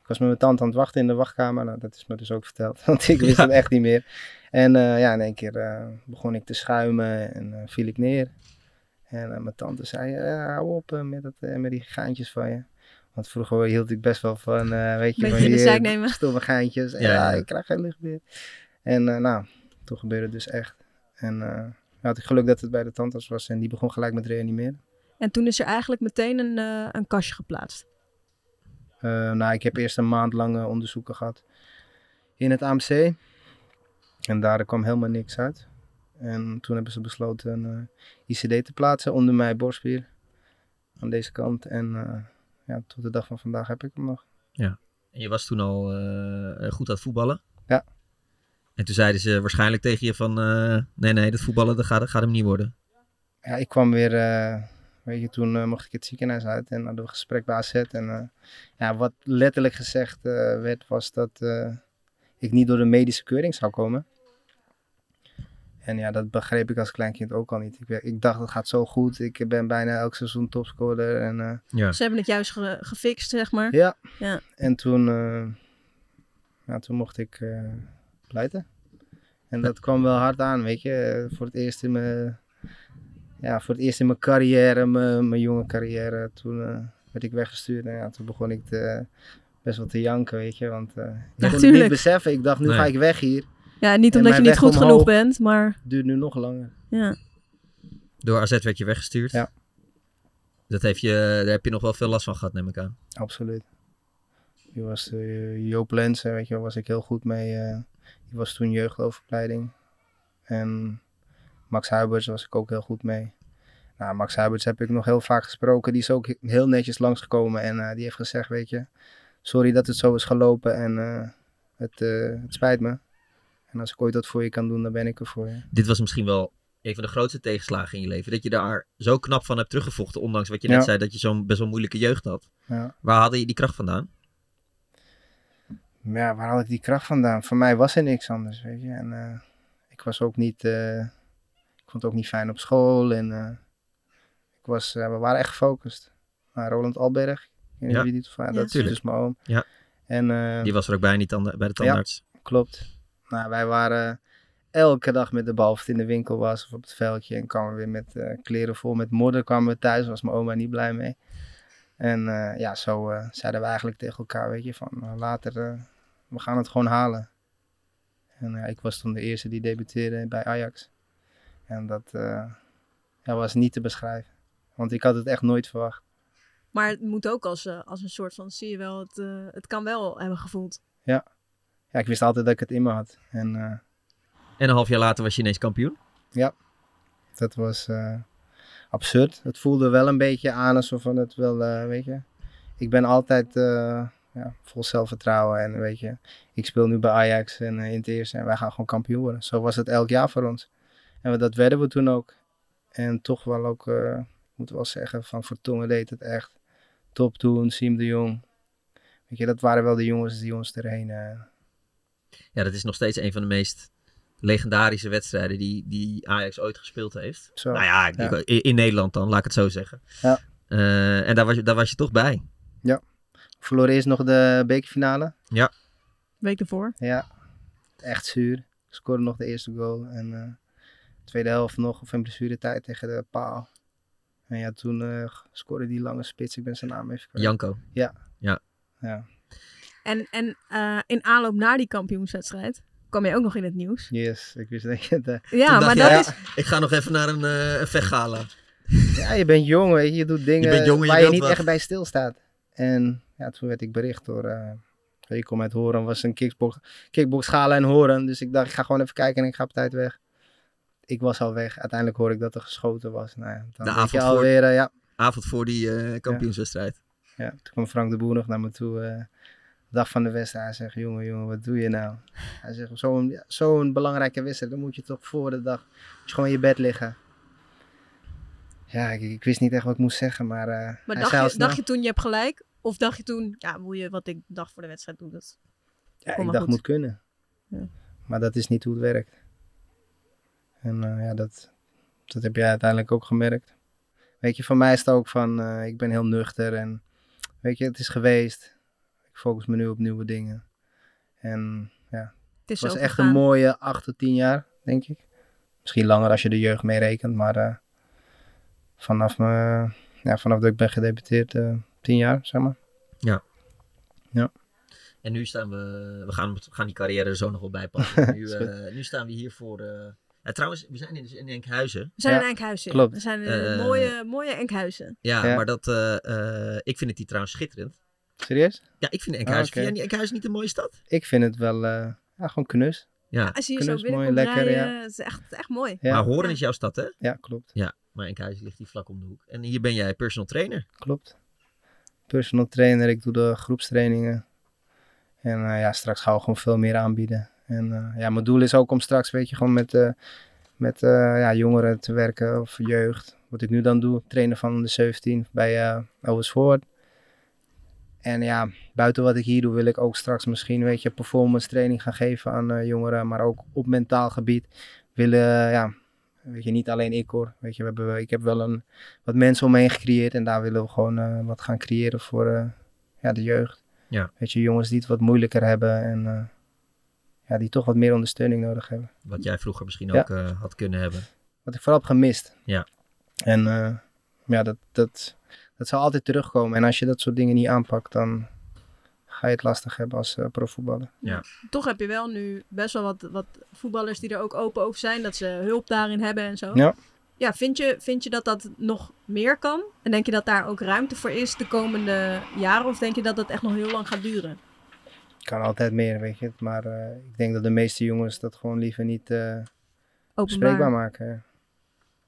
[SPEAKER 6] ik was met mijn tante aan het wachten in de wachtkamer. Nou, dat is me dus ook verteld, want ik wist
[SPEAKER 5] Ja.
[SPEAKER 6] het echt niet meer. En eh, ja, in één keer eh, begon ik te schuimen en eh, viel ik neer. En eh, mijn tante zei, eh, hou op eh, met, dat, eh, met die geintjes van je. Want vroeger hield ik best wel van, eh, weet je,
[SPEAKER 2] Beetje
[SPEAKER 6] van
[SPEAKER 2] in de
[SPEAKER 6] die,
[SPEAKER 2] zeik
[SPEAKER 6] eh,
[SPEAKER 2] nemen.
[SPEAKER 6] stomme geintjes. En
[SPEAKER 5] Ja,
[SPEAKER 6] ja,
[SPEAKER 5] ja.
[SPEAKER 6] ik krijg geen luchtbeer. En eh, nou, toen gebeurde het dus echt. En eh, had ik geluk dat het bij de tandarts was en die begon gelijk met reanimeren.
[SPEAKER 2] En toen is er eigenlijk meteen een, eh, een kastje geplaatst.
[SPEAKER 6] Eh, nou, ik heb eerst een maand lang eh, onderzoeken gehad in het AMC. En daar kwam helemaal niks uit. En toen hebben ze besloten een eh, ICD te plaatsen onder mijn borstspier. Aan deze kant. En eh, ja, tot de dag van vandaag heb ik hem nog.
[SPEAKER 5] En je was toen al eh, goed aan het voetballen.
[SPEAKER 6] Ja.
[SPEAKER 5] En toen zeiden ze waarschijnlijk tegen je van... eh, nee, nee, dat voetballen dat gaat, dat gaat hem niet worden.
[SPEAKER 6] Ja, ik kwam weer, eh, weet je, toen eh, mocht ik het ziekenhuis uit en hadden we een gesprek bij AZ. En eh, ja, wat letterlijk gezegd eh, werd, was dat eh, ik niet door de medische keuring zou komen. En ja, dat begreep ik als kleinkind ook al niet. Ik, we- ik dacht, het gaat zo goed. Ik ben bijna elk seizoen topscorer. En, eh,
[SPEAKER 5] Ja.
[SPEAKER 2] Ze hebben het juist ge- gefixt, zeg maar.
[SPEAKER 6] ja.
[SPEAKER 2] Ja.
[SPEAKER 6] en toen, eh, ja, toen mocht ik eh pleiten. En dat kwam wel hard aan, weet je. Eh, Voor het eerst in mijn, ja, voor het eerst in mijn carrière, mijn, mijn jonge carrière, toen eh, werd ik weggestuurd. En ja, toen begon ik te, best wel te janken, weet je. Want eh, ik kon het
[SPEAKER 2] tuurlijk.
[SPEAKER 6] niet beseffen. Ik dacht, nu
[SPEAKER 5] Nee.
[SPEAKER 6] ga ik weg hier.
[SPEAKER 2] Ja, niet
[SPEAKER 6] En
[SPEAKER 2] omdat je
[SPEAKER 6] mijn
[SPEAKER 2] niet goed
[SPEAKER 6] weg omhoog.
[SPEAKER 2] genoeg bent, maar
[SPEAKER 6] Het duurt nu nog langer.
[SPEAKER 2] ja.
[SPEAKER 5] Door AZ werd je weggestuurd.
[SPEAKER 6] Ja.
[SPEAKER 5] Dat heeft je, daar heb je nog wel veel last van gehad, neem ik aan.
[SPEAKER 6] Absoluut. Die was eh, Joop Lensen, weet je wel, was ik heel goed mee. eh. die was toen jeugdoverpleiding. En Max Huiberts was ik ook heel goed mee. Nou, Max Huiberts heb ik nog heel vaak gesproken. Die is ook he- heel netjes langsgekomen en eh, die heeft gezegd, weet je, sorry dat het zo is gelopen en eh, het, eh, het spijt me. En als ik ooit wat voor je kan doen, dan ben ik er voor je.
[SPEAKER 5] Dit was misschien wel een van de grootste tegenslagen in je leven. Dat je daar zo knap van hebt teruggevochten. Ondanks wat je net
[SPEAKER 6] Ja.
[SPEAKER 5] zei, dat je zo'n best wel moeilijke jeugd had.
[SPEAKER 6] Ja.
[SPEAKER 5] Waar haalde je die kracht vandaan?
[SPEAKER 6] Maar ja, waar haal ik die kracht vandaan? Voor mij was er niks anders, weet je. En eh, ik was ook niet... eh, ik vond het ook niet fijn op school. En eh, ik was, eh, we waren echt gefocust. Maar Roland Alberg, ik weet niet
[SPEAKER 5] Ja.
[SPEAKER 6] wie die toevallig...
[SPEAKER 2] Ja.
[SPEAKER 6] dat is
[SPEAKER 5] Tuurlijk.
[SPEAKER 6] dus mijn oom.
[SPEAKER 5] Ja.
[SPEAKER 6] En eh,
[SPEAKER 5] Die was er ook bij, niet bij de tandarts.
[SPEAKER 6] klopt. Nou, wij waren eh, elke dag met de bal. Of het in de winkel was of op het veldje. En kwamen we weer met eh, kleren vol. Met modder kwamen we thuis. was mijn oma niet blij mee. En eh, ja, zo eh, zeiden we eigenlijk tegen elkaar, weet je, van eh, later, eh, we gaan het gewoon halen. En eh, ik was toen de eerste die debuteerde bij Ajax. En dat eh, ja, was niet te beschrijven. Want ik had het echt nooit verwacht.
[SPEAKER 2] Maar het moet ook als, eh, als een soort van, zie je wel, het, eh, het kan wel hebben gevoeld.
[SPEAKER 6] Ja, ik wist altijd dat ik het in me had. En eh,
[SPEAKER 5] En een half jaar later was je ineens kampioen.
[SPEAKER 6] Dat was eh, absurd. Het voelde wel een beetje aan alsof van het wel, eh, weet je. Ik ben altijd eh, ja, vol zelfvertrouwen en weet je. Ik speel nu bij Ajax en eh, in het eerste en wij gaan gewoon kampioen worden. Zo was het elk jaar voor ons. En we- dat werden we toen ook. En toch wel ook, eh, ik moet wel zeggen, van Vertongen deed het echt. Top toen, Siem de Jong. Weet je, dat waren wel de jongens die ons erheen. eh,
[SPEAKER 5] Ja, dat is nog steeds een van de meest legendarische wedstrijden die, die Ajax ooit gespeeld heeft.
[SPEAKER 6] zo.
[SPEAKER 5] Nou ja, ik- ik- in Nederland dan, laat ik het zo zeggen.
[SPEAKER 6] Ja.
[SPEAKER 5] Eh, en daar was, je- daar was je toch bij.
[SPEAKER 6] Verloren eerst nog de bekerfinale.
[SPEAKER 2] Week ervoor.
[SPEAKER 6] Ja, echt zuur. Ik scoorde nog de eerste goal. En eh, tweede helft nog of in blessuretijd tegen de paal. En ja, toen eh, scoorde die lange spits. Ik ben zijn naam even kwijt.
[SPEAKER 5] Janko.
[SPEAKER 6] Ja,
[SPEAKER 2] En, en eh, in aanloop naar die kampioenswedstrijd kwam je ook nog in het nieuws.
[SPEAKER 6] yes. Ik wist dat je... dat-
[SPEAKER 2] Ja,
[SPEAKER 5] dacht
[SPEAKER 2] maar
[SPEAKER 5] je,
[SPEAKER 2] dat
[SPEAKER 5] ja.
[SPEAKER 2] is...
[SPEAKER 5] Ik ga nog even naar een, eh een vechtgala.
[SPEAKER 6] Ja, je bent jong, weet je. Je doet dingen
[SPEAKER 5] bent jong en je
[SPEAKER 6] waar je,
[SPEAKER 5] wilt
[SPEAKER 6] niet
[SPEAKER 5] wat.
[SPEAKER 6] echt bij stilstaat. En ja, toen werd ik bericht door... eh ik kom uit Horen, was een kickbox, kickboxschalen in Horen. Dus ik dacht, ik ga gewoon even kijken en ik ga op tijd weg. Ik was al weg. Uiteindelijk hoor ik dat er geschoten was. Nou, ja, dan
[SPEAKER 5] De
[SPEAKER 6] denk je
[SPEAKER 5] avond voor-
[SPEAKER 6] alweer, eh, ja,
[SPEAKER 5] Avond voor die eh, kampioenswedstrijd.
[SPEAKER 6] Ja, toen kwam Frank de Boer nog naar me toe. eh, dag van de wedstrijd. Hij zegt, jongen, jongen, wat doe je nou? Hij zegt, zo'n ja, zo'n belangrijke wedstrijd, dan moet je toch voor de dag moet je gewoon in je bed liggen. Ja, ik, ik wist niet echt wat ik moest zeggen, maar, eh hij
[SPEAKER 2] Maar dacht
[SPEAKER 6] zei al
[SPEAKER 2] je,
[SPEAKER 6] snel-
[SPEAKER 2] dacht je toen, je hebt gelijk? Of dacht je toen, ja, moet je wat ik dacht voor de wedstrijd doen? Dat...
[SPEAKER 6] ja,
[SPEAKER 2] kom maar
[SPEAKER 6] ik dacht,
[SPEAKER 2] goed.
[SPEAKER 6] moet kunnen.
[SPEAKER 2] Ja.
[SPEAKER 6] Maar dat is niet hoe het werkt. En eh, ja, dat, dat heb jij uiteindelijk ook gemerkt. Weet je, voor mij is het ook van, eh, ik ben heel nuchter en weet je, het is geweest. Ik focus me nu op nieuwe dingen. En
[SPEAKER 2] Het is
[SPEAKER 6] Het was
[SPEAKER 2] zo
[SPEAKER 6] echt
[SPEAKER 2] gegaan.
[SPEAKER 6] een mooie 8 tot 10 jaar, denk ik. Misschien langer als je de jeugd meerekent, maar eh, vanaf, me, ja, vanaf dat ik ben gedebuteerd, eh, tien jaar, zeg maar.
[SPEAKER 5] En nu staan we, we gaan, we gaan die carrière er zo nog wel bij pakken. Nu,
[SPEAKER 6] Is goed.
[SPEAKER 5] eh, nu staan we hier voor. eh, ja, trouwens, we zijn in, dus in Enkhuizen.
[SPEAKER 2] We zijn
[SPEAKER 6] Ja,
[SPEAKER 2] in Enkhuizen.
[SPEAKER 6] klopt.
[SPEAKER 2] We zijn in
[SPEAKER 5] Eh,
[SPEAKER 2] mooie, mooie Enkhuizen.
[SPEAKER 5] Ja,
[SPEAKER 6] Ja.
[SPEAKER 5] maar dat, eh, eh, ik vind het hier trouwens schitterend.
[SPEAKER 6] Serieus?
[SPEAKER 5] Ja, ik vind Enkhuizen.
[SPEAKER 6] Ah, oké.
[SPEAKER 5] Vind jij niet- Enkhuizen niet een mooie stad?
[SPEAKER 6] Ik vind het wel, eh, ja, gewoon knus.
[SPEAKER 2] Als je hier zo
[SPEAKER 6] Knus, mooi,
[SPEAKER 2] binnenkomt
[SPEAKER 6] lekker,
[SPEAKER 2] rijden, het is echt, echt mooi.
[SPEAKER 6] Ja,
[SPEAKER 5] Maar Horen is jouw stad, hè?
[SPEAKER 6] ja klopt,
[SPEAKER 5] Maar Enkhuizen ligt hier vlak om de hoek. En hier ben jij personal trainer.
[SPEAKER 6] klopt. Personal trainer, ik doe de groepstrainingen. En eh, ja, straks gaan we gewoon veel meer aanbieden. En eh, ja, mijn doel is ook om straks, weet je, gewoon met, eh, met eh, ja, jongeren te werken of jeugd. Wat ik nu dan doe, trainen van de 17 bij eh Oversvoort. En ja, buiten wat ik hier doe, wil ik ook straks misschien, weet je, performance training gaan geven aan eh, jongeren. Maar ook op mentaal gebied willen, ja, weet je, niet alleen ik hoor. Weet je, we hebben, ik heb wel een, wat mensen om me heen gecreëerd. En daar willen we gewoon eh, wat gaan creëren voor eh, ja, de jeugd.
[SPEAKER 5] Ja.
[SPEAKER 6] Weet je, jongens die het wat moeilijker hebben en eh, ja, die toch wat meer ondersteuning nodig hebben
[SPEAKER 5] Wat jij vroeger misschien
[SPEAKER 6] Ja.
[SPEAKER 5] ook eh, had kunnen hebben.
[SPEAKER 6] wat ik vooral heb gemist.
[SPEAKER 5] Ja.
[SPEAKER 6] En eh, ja, dat, dat, dat zal altijd terugkomen. En als je dat soort dingen niet aanpakt, dan ga je het lastig hebben als eh, profvoetballer.
[SPEAKER 2] Toch heb je wel nu best wel wat, wat voetballers die er ook open over zijn. Dat ze hulp daarin hebben en zo.
[SPEAKER 6] Ja.
[SPEAKER 2] Ja, vind je, vind je dat dat nog meer kan? En denk je dat daar ook ruimte voor is de komende jaren? Of denk je dat dat echt nog heel lang gaat duren?
[SPEAKER 6] Kan altijd meer, weet je. Maar eh, ik denk dat de meeste jongens dat gewoon liever niet eh bespreekbaar
[SPEAKER 2] Openbaar.
[SPEAKER 6] maken. ja.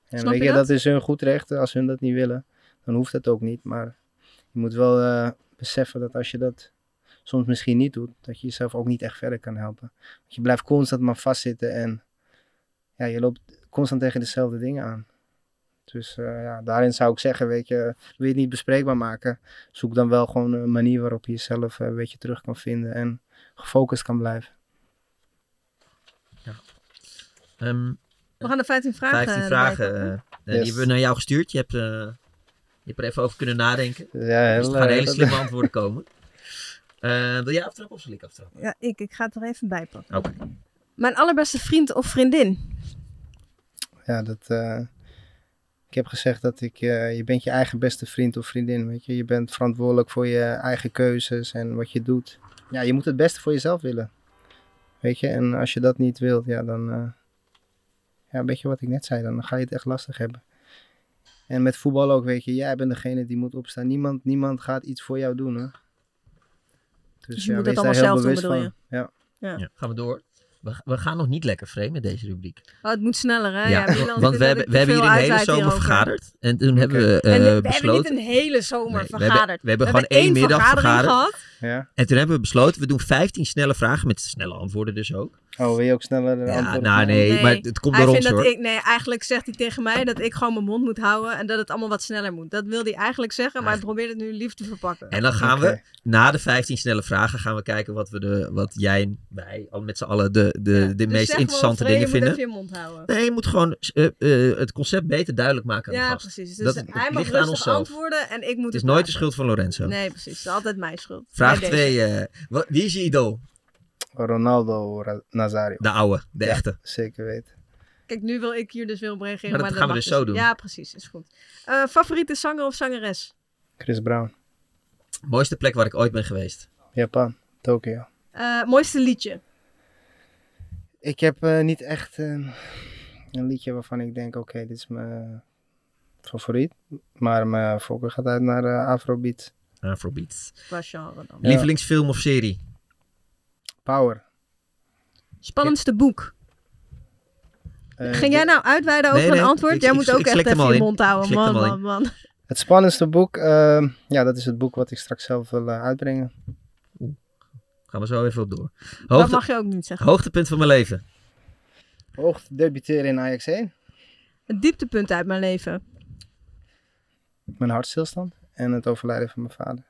[SPEAKER 6] En
[SPEAKER 2] Snap
[SPEAKER 6] weet
[SPEAKER 2] je
[SPEAKER 6] je,
[SPEAKER 2] dat?
[SPEAKER 6] dat? is hun goed recht. Als hun dat niet willen, dan hoeft dat ook niet. Maar je moet wel eh, beseffen dat als je dat soms misschien niet doet, dat je jezelf ook niet echt verder kan helpen. Want je blijft constant maar vastzitten en ja, je loopt constant tegen dezelfde dingen aan. Dus eh, ja, daarin zou ik zeggen, weet je, wil je het niet bespreekbaar maken, zoek dan wel gewoon een manier waarop je jezelf eh, een beetje terug kan vinden en gefocust kan blijven.
[SPEAKER 5] Ehm,
[SPEAKER 2] We gaan de 15 vragen
[SPEAKER 5] 15
[SPEAKER 2] erbij
[SPEAKER 5] vragen.
[SPEAKER 2] pakken.
[SPEAKER 5] eh, eh,
[SPEAKER 6] Yes.
[SPEAKER 5] Die hebben we naar jou gestuurd. Je hebt, eh, je hebt er even over kunnen nadenken.
[SPEAKER 6] Dus ja,
[SPEAKER 5] Dus
[SPEAKER 6] heel,
[SPEAKER 5] er gaan
[SPEAKER 6] eh,
[SPEAKER 5] hele
[SPEAKER 6] dat-
[SPEAKER 5] slimme antwoorden komen. Eh, wil jij aftrappen of zal ik aftrappen?
[SPEAKER 2] Ja, ik, ik ga het er even bij pakken.
[SPEAKER 5] eh. Oké.
[SPEAKER 2] Mijn allerbeste vriend of vriendin?
[SPEAKER 6] Ja, dat. eh, ik heb gezegd dat ik. eh, je bent je eigen beste vriend of vriendin. Weet je? je bent verantwoordelijk voor je eigen keuzes en wat je doet. Ja, je moet het beste voor jezelf willen. Weet je, en als je dat niet wilt, ja, dan. eh ja, weet je wat ik net zei, dan ga je het echt lastig hebben. En met voetbal ook, weet je, jij bent degene die moet opstaan. Niemand, niemand gaat iets voor jou doen, hè?
[SPEAKER 2] Dus je moet
[SPEAKER 6] wees
[SPEAKER 2] het
[SPEAKER 6] daar
[SPEAKER 2] allemaal
[SPEAKER 6] heel
[SPEAKER 2] zelf
[SPEAKER 6] bewust
[SPEAKER 2] doen, bedoel
[SPEAKER 6] van. Ja,
[SPEAKER 5] Ja, gaan we door. We, we gaan nog niet lekker vreemd met deze rubriek.
[SPEAKER 2] Oh, het moet sneller,
[SPEAKER 5] Ja,
[SPEAKER 2] hè? Ja,
[SPEAKER 5] want
[SPEAKER 2] Milan vindt
[SPEAKER 5] we
[SPEAKER 2] dat
[SPEAKER 5] hebben,
[SPEAKER 2] ik
[SPEAKER 5] we
[SPEAKER 2] te
[SPEAKER 5] hebben
[SPEAKER 2] veel
[SPEAKER 5] hier een hele
[SPEAKER 2] uitweid
[SPEAKER 5] zomer
[SPEAKER 2] hierover.
[SPEAKER 5] vergaderd. En toen hebben we eh,
[SPEAKER 2] En we- we hebben niet
[SPEAKER 5] besloten...
[SPEAKER 2] een hele zomer
[SPEAKER 5] Nee, we hebben-
[SPEAKER 2] vergaderd.
[SPEAKER 5] we hebben gewoon één middag vergaderd.
[SPEAKER 2] gehad.
[SPEAKER 6] ja.
[SPEAKER 5] En toen hebben we besloten, we doen 15 snelle vragen met snelle antwoorden dus ook.
[SPEAKER 6] Oh, wil je ook sneller de
[SPEAKER 5] Ja,
[SPEAKER 6] antwoorden
[SPEAKER 5] nou
[SPEAKER 6] geven?
[SPEAKER 5] nee,
[SPEAKER 2] Nee,
[SPEAKER 5] maar het komt
[SPEAKER 2] hij
[SPEAKER 5] door ons
[SPEAKER 2] vindt dat
[SPEAKER 5] hoor.
[SPEAKER 2] ik, nee, eigenlijk zegt hij tegen mij dat ik gewoon mijn mond moet houden en dat het allemaal wat sneller moet. Dat wil hij eigenlijk zeggen, maar hij probeert het nu lief te verpakken.
[SPEAKER 5] En dan gaan
[SPEAKER 6] Oké.
[SPEAKER 5] we, na de 15 snelle vragen, gaan we kijken wat, we de, wat jij en wij al met z'n allen de, de,
[SPEAKER 2] Ja,
[SPEAKER 5] de
[SPEAKER 2] dus
[SPEAKER 5] meest
[SPEAKER 2] zeg maar,
[SPEAKER 5] interessante
[SPEAKER 2] Freya,
[SPEAKER 5] dingen vinden.
[SPEAKER 2] Je moet even je mond houden.
[SPEAKER 5] Nee, je moet gewoon eh, eh, het concept beter duidelijk maken aan de
[SPEAKER 2] Ja,
[SPEAKER 5] gast.
[SPEAKER 2] precies. Dus
[SPEAKER 5] Dat
[SPEAKER 2] hij mag
[SPEAKER 5] ligt aan
[SPEAKER 2] rustig
[SPEAKER 5] onszelf.
[SPEAKER 2] antwoorden en ik moet
[SPEAKER 5] Het is nooit
[SPEAKER 2] het
[SPEAKER 5] de
[SPEAKER 2] maken.
[SPEAKER 5] schuld van Lorenzo.
[SPEAKER 2] Nee, precies. Het is altijd mijn schuld.
[SPEAKER 5] Vraag
[SPEAKER 2] Bij
[SPEAKER 5] 2. wie is je idool?
[SPEAKER 6] Ronaldo Ra- Nazario.
[SPEAKER 5] De oude, de
[SPEAKER 6] Ja.
[SPEAKER 5] echte.
[SPEAKER 6] Zeker weten.
[SPEAKER 2] Kijk, nu wil ik hier dus weer op reageren.
[SPEAKER 5] Maar
[SPEAKER 2] Maar,
[SPEAKER 5] dat gaan
[SPEAKER 2] mag
[SPEAKER 5] we dus zo doen.
[SPEAKER 2] Ja, precies. Is goed. Eh, favoriete zanger of zangeres?
[SPEAKER 6] Chris Brown,
[SPEAKER 5] Mooiste plek waar ik ooit ben geweest.
[SPEAKER 6] Japan, Tokio.
[SPEAKER 2] Eh, mooiste liedje?
[SPEAKER 6] Ik heb eh, niet echt een- een liedje waarvan ik denk, oké, dit is mijn favoriet. Maar mijn voorkeur gaat uit naar eh, Afrobeat.
[SPEAKER 5] Afrobeat.
[SPEAKER 2] Qua genre dan.
[SPEAKER 6] Ja.
[SPEAKER 5] Lievelingsfilm of serie?
[SPEAKER 6] Power.
[SPEAKER 2] Spannendste boek?
[SPEAKER 6] Eh,
[SPEAKER 2] Ging jij
[SPEAKER 6] de-
[SPEAKER 2] nou uitweiden over
[SPEAKER 5] Nee, nee,
[SPEAKER 2] een antwoord?
[SPEAKER 5] ik-
[SPEAKER 2] jij
[SPEAKER 5] ik-
[SPEAKER 2] moet
[SPEAKER 5] ik
[SPEAKER 2] ook echt
[SPEAKER 5] slikte hem
[SPEAKER 2] even
[SPEAKER 5] al
[SPEAKER 2] je
[SPEAKER 5] in.
[SPEAKER 2] mond houden.
[SPEAKER 5] Ik slikte
[SPEAKER 2] Man,
[SPEAKER 5] hem al
[SPEAKER 2] man, man.
[SPEAKER 6] Het spannendste boek, eh, ja, dat is het boek wat ik straks zelf wil eh, uitbrengen.
[SPEAKER 5] Gaan we zo even op door.
[SPEAKER 2] Dat
[SPEAKER 5] Hoogte-
[SPEAKER 2] mag je ook niet zeggen.
[SPEAKER 5] hoogtepunt van mijn leven.
[SPEAKER 6] Hoog debuteren in Ajax 1.
[SPEAKER 2] Het dieptepunt uit mijn leven.
[SPEAKER 6] Mijn hartstilstand en het overlijden van mijn vader.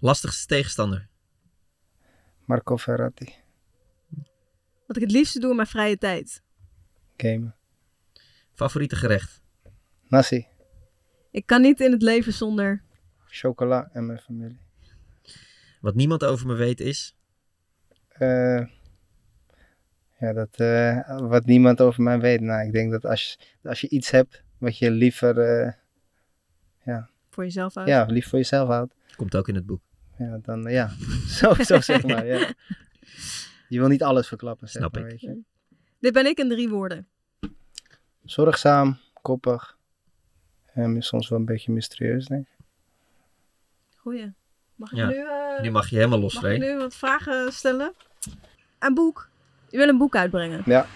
[SPEAKER 5] Lastigste tegenstander.
[SPEAKER 6] Marco Ferrati.
[SPEAKER 2] Wat ik het liefste doe in mijn vrije tijd.
[SPEAKER 6] Game.
[SPEAKER 5] Favoriete gerecht.
[SPEAKER 6] Nasi.
[SPEAKER 2] Ik kan niet in het leven zonder.
[SPEAKER 6] Chocola en mijn familie.
[SPEAKER 5] Wat niemand over me weet is.
[SPEAKER 6] Eh, ja, dat, eh, wat niemand over mij weet. Nou, ik denk dat als, als je iets hebt wa- Wat je liever, eh,
[SPEAKER 2] voor jezelf uit.
[SPEAKER 6] ja, lief voor jezelf houdt.
[SPEAKER 5] Komt ook in het boek.
[SPEAKER 6] Ja, dan eh, ja, zo, zo zeg maar. Ja. Je wil niet alles verklappen, zeg
[SPEAKER 5] Snap
[SPEAKER 6] maar,
[SPEAKER 5] ik.
[SPEAKER 6] weet je.
[SPEAKER 2] Dit ben ik in drie woorden.
[SPEAKER 6] Zorgzaam, koppig. En soms wel een beetje mysterieus, denk ik.
[SPEAKER 2] Goeie. Mag ik
[SPEAKER 5] Ja.
[SPEAKER 2] nu, eh,
[SPEAKER 5] Nu mag je helemaal
[SPEAKER 2] mag ik
[SPEAKER 5] losrijden.
[SPEAKER 2] nu wat vragen stellen? Een boek. Je wil een boek uitbrengen.
[SPEAKER 6] Ja.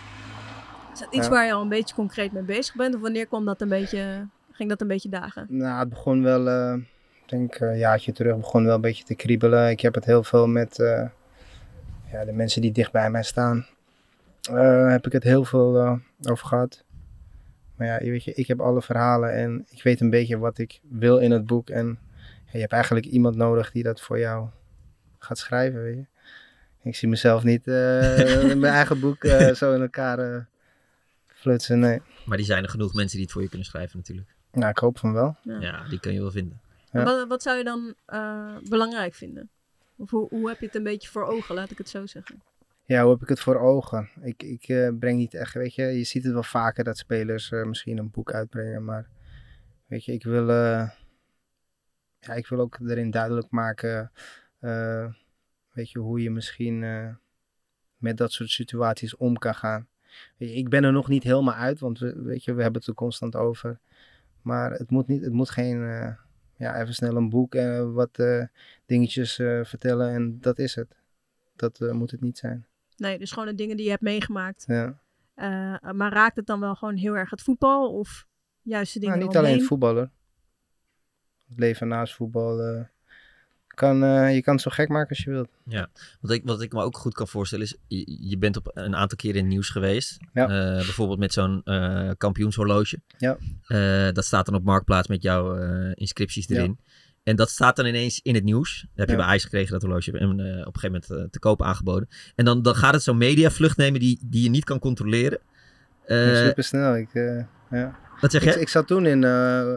[SPEAKER 2] Is dat iets
[SPEAKER 6] Ja.
[SPEAKER 2] waar je al een beetje concreet mee bezig bent? Of wanneer kwam dat een beetje, ging dat een beetje dagen?
[SPEAKER 6] Nou, het begon wel, eh, ik denk eh, een jaartje terug, begon wel een beetje te kriebelen. Ik heb het heel veel met eh, ja, de mensen die dicht bij mij staan. eh, heb ik het heel veel eh, over gehad. Maar ja, je weet je, ik heb alle verhalen en ik weet een beetje wat ik wil in het boek. En ja, je hebt eigenlijk iemand nodig die dat voor jou gaat schrijven, weet je. Ik zie mezelf niet eh, in mijn eigen boek eh, zo in elkaar eh, flutsen, nee.
[SPEAKER 5] Maar die zijn er genoeg mensen die het voor je kunnen schrijven natuurlijk.
[SPEAKER 6] Nou, ik hoop van wel.
[SPEAKER 2] Ja.
[SPEAKER 5] Ja, die kun je wel vinden.
[SPEAKER 6] Ja.
[SPEAKER 2] Wat, wat zou je dan eh, belangrijk vinden? Of hoe, hoe heb je het een beetje voor ogen, laat ik het zo zeggen?
[SPEAKER 6] Ja, hoe heb ik het voor ogen? Ik, ik eh, breng niet echt, weet je, je ziet het wel vaker dat spelers eh, misschien een boek uitbrengen, maar weet je, ik wil, eh, ja, ik wil ook erin duidelijk maken, eh, weet je, hoe je misschien eh, met dat soort situaties om kan gaan. Weet je, ik ben er nog niet helemaal uit, want we, weet je, we hebben het er constant over, maar het moet niet, het moet geen, eh, ja, even snel een boek en wat eh, dingetjes eh, vertellen en dat is het. Dat eh, moet het niet zijn.
[SPEAKER 2] Nee, dus gewoon de dingen die je hebt meegemaakt.
[SPEAKER 6] Ja.
[SPEAKER 2] Eh, maar raakt het dan wel gewoon heel erg het voetbal? Of juist de dingen
[SPEAKER 6] Nou, niet
[SPEAKER 2] eromheen?
[SPEAKER 6] alleen het voetbal hoor. Het leven naast voetbal. eh, kan, eh, je kan het zo gek maken als je wilt.
[SPEAKER 5] Wat ik, wat ik me ook goed kan voorstellen is, je, je bent op een aantal keren in het nieuws geweest.
[SPEAKER 6] Ja.
[SPEAKER 5] Eh, bijvoorbeeld met zo'n eh, kampioenshorloge.
[SPEAKER 6] Ja.
[SPEAKER 5] Eh, dat staat dan op Marktplaats met jouw eh, inscripties
[SPEAKER 6] Ja.
[SPEAKER 5] erin. En dat staat dan ineens in het nieuws. Dat heb je
[SPEAKER 6] Ja.
[SPEAKER 5] bij IJs gekregen, dat horloge. En eh, op een gegeven moment eh, te koop aangeboden. En dan, dan gaat het zo'n mediavlucht nemen die, die je niet kan controleren. Eh,
[SPEAKER 6] Super snel. Ik, eh, ja.
[SPEAKER 5] wat zeg
[SPEAKER 6] ik,
[SPEAKER 5] je?
[SPEAKER 6] ik zat toen in, eh,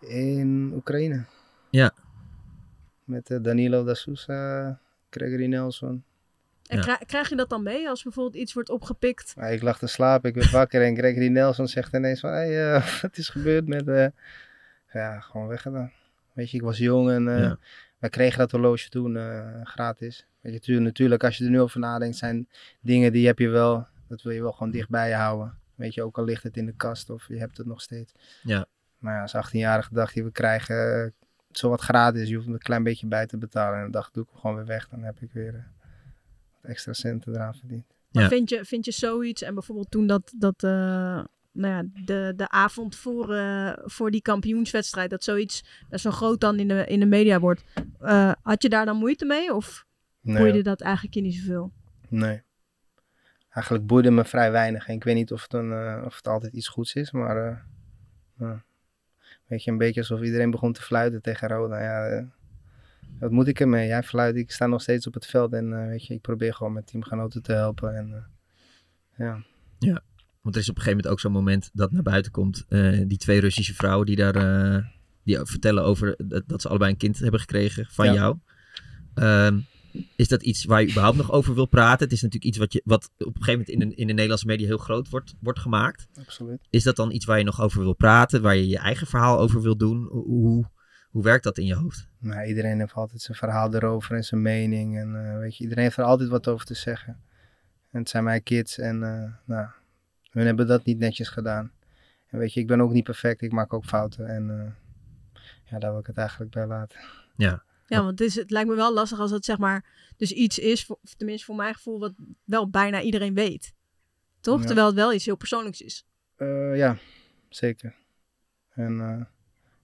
[SPEAKER 6] in Oekraïne.
[SPEAKER 5] Ja.
[SPEAKER 6] Met eh, Danilo da Sousa, Gregory Nelson.
[SPEAKER 2] En
[SPEAKER 5] Ja.
[SPEAKER 2] kri- krijg je dat dan mee als bijvoorbeeld iets wordt opgepikt?
[SPEAKER 6] Maar ik lag te slapen, ik werd wakker en Gregory Nelson zegt ineens van... Hey, eh, wat is gebeurd met... eh, ja, gewoon weggedaan. Weet je, ik was jong en eh,
[SPEAKER 5] Ja.
[SPEAKER 6] wij kregen dat horloge toen eh, gratis. Weet je, tu- natuurlijk, als je er nu over nadenkt, zijn dingen die heb je wel, dat wil je wel gewoon dicht bij je houden. Weet je, ook al ligt het in de kast of je hebt het nog steeds.
[SPEAKER 5] Ja.
[SPEAKER 6] Maar ja, als 18-jarige dacht je, we krijgen eh, zowat gratis, je hoeft hem een klein beetje bij te betalen. En dan dacht ik, doe ik hem gewoon weer weg, dan heb ik weer eh, wat extra centen eraan verdiend.
[SPEAKER 2] Maar
[SPEAKER 5] Ja.
[SPEAKER 2] vind, je, vind je zoiets? En bijvoorbeeld toen dat, dat eh, nou ja, de, de avond voor, eh, voor die kampioenswedstrijd, dat zoiets dat zo groot dan in de, in de media wordt. eh, had je daar dan moeite mee? Of
[SPEAKER 6] Nee.
[SPEAKER 2] boeide dat eigenlijk je niet zoveel?
[SPEAKER 6] Nee. Eigenlijk boeide me vrij weinig. En ik weet niet of het, een, eh, of het altijd iets goeds is, maar... eh, ja. Weet je, een beetje alsof iedereen begon te fluiten tegen Roda. Ja, eh, wat moet ik ermee? Jij fluit, ik sta nog steeds op het veld. En eh, weet je, ik probeer gewoon mijn teamgenoten te helpen. En, eh, ja.
[SPEAKER 5] Want er is op een gegeven moment ook zo'n moment dat naar buiten komt. eh, die twee Russische vrouwen die daar eh, die vertellen over dat, dat ze allebei een kind hebben gekregen van
[SPEAKER 6] Ja.
[SPEAKER 5] jou. Ehm, is dat iets waar je überhaupt nog over wil praten? Het is natuurlijk iets wat, je, wat op een gegeven moment in de, in de Nederlandse media heel groot wordt, wordt gemaakt.
[SPEAKER 6] Absoluut.
[SPEAKER 5] Is dat dan iets waar je nog over wil praten? Waar je je eigen verhaal over wil doen? Hoe, hoe, hoe werkt dat in je hoofd?
[SPEAKER 6] Maar Nou, iedereen heeft altijd zijn verhaal erover en zijn mening. En eh, weet je, iedereen heeft er altijd wat over te zeggen. En het zijn mijn kids en eh, nou, hun hebben dat niet netjes gedaan. En weet je, ik ben ook niet perfect, ik maak ook fouten. En eh, ja, daar wil ik het eigenlijk bij laten.
[SPEAKER 2] Ja, want het, is, het lijkt me wel lastig als het zeg maar dus iets is, voor, of tenminste voor mijn gevoel, wat wel bijna iedereen weet. Toch?
[SPEAKER 6] Ja.
[SPEAKER 2] Terwijl het wel iets heel persoonlijks is.
[SPEAKER 6] Eh, ja, zeker. En eh,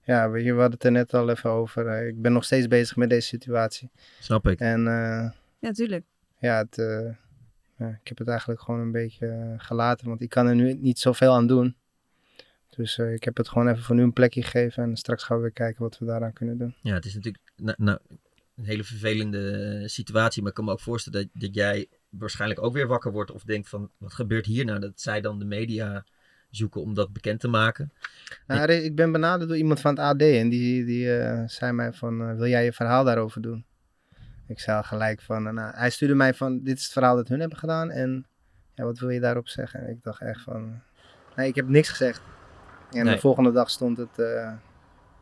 [SPEAKER 6] ja, weet je, we hadden het er net al even over. Eh, ik ben nog steeds bezig met deze situatie.
[SPEAKER 5] Snap ik.
[SPEAKER 6] En eh,
[SPEAKER 2] Ja, natuurlijk.
[SPEAKER 6] ja, het, eh, ja, ik heb het eigenlijk gewoon een beetje eh, gelaten, want ik kan er nu niet zoveel aan doen. Dus eh, ik heb het gewoon even voor nu een plekje gegeven en straks gaan we weer kijken wat we daaraan kunnen doen.
[SPEAKER 5] Ja, het is natuurlijk nou, nou, een hele vervelende eh, situatie. Maar ik kan me ook voorstellen dat, dat jij waarschijnlijk ook weer wakker wordt. Of denkt van, wat gebeurt hier nou? Dat zij dan de media zoeken om dat bekend te maken.
[SPEAKER 6] Nou, er is- ik ben benaderd door iemand van het AD en die, die eh, zei mij van, eh, wil jij je verhaal daarover doen? Ik zei al gelijk van, eh, nou, hij stuurde mij van, dit is het verhaal dat hun hebben gedaan en ja, wat wil je daarop zeggen? En ik dacht echt van, nee, ik heb niks gezegd. En
[SPEAKER 5] Nee.
[SPEAKER 6] de volgende dag stond het eh,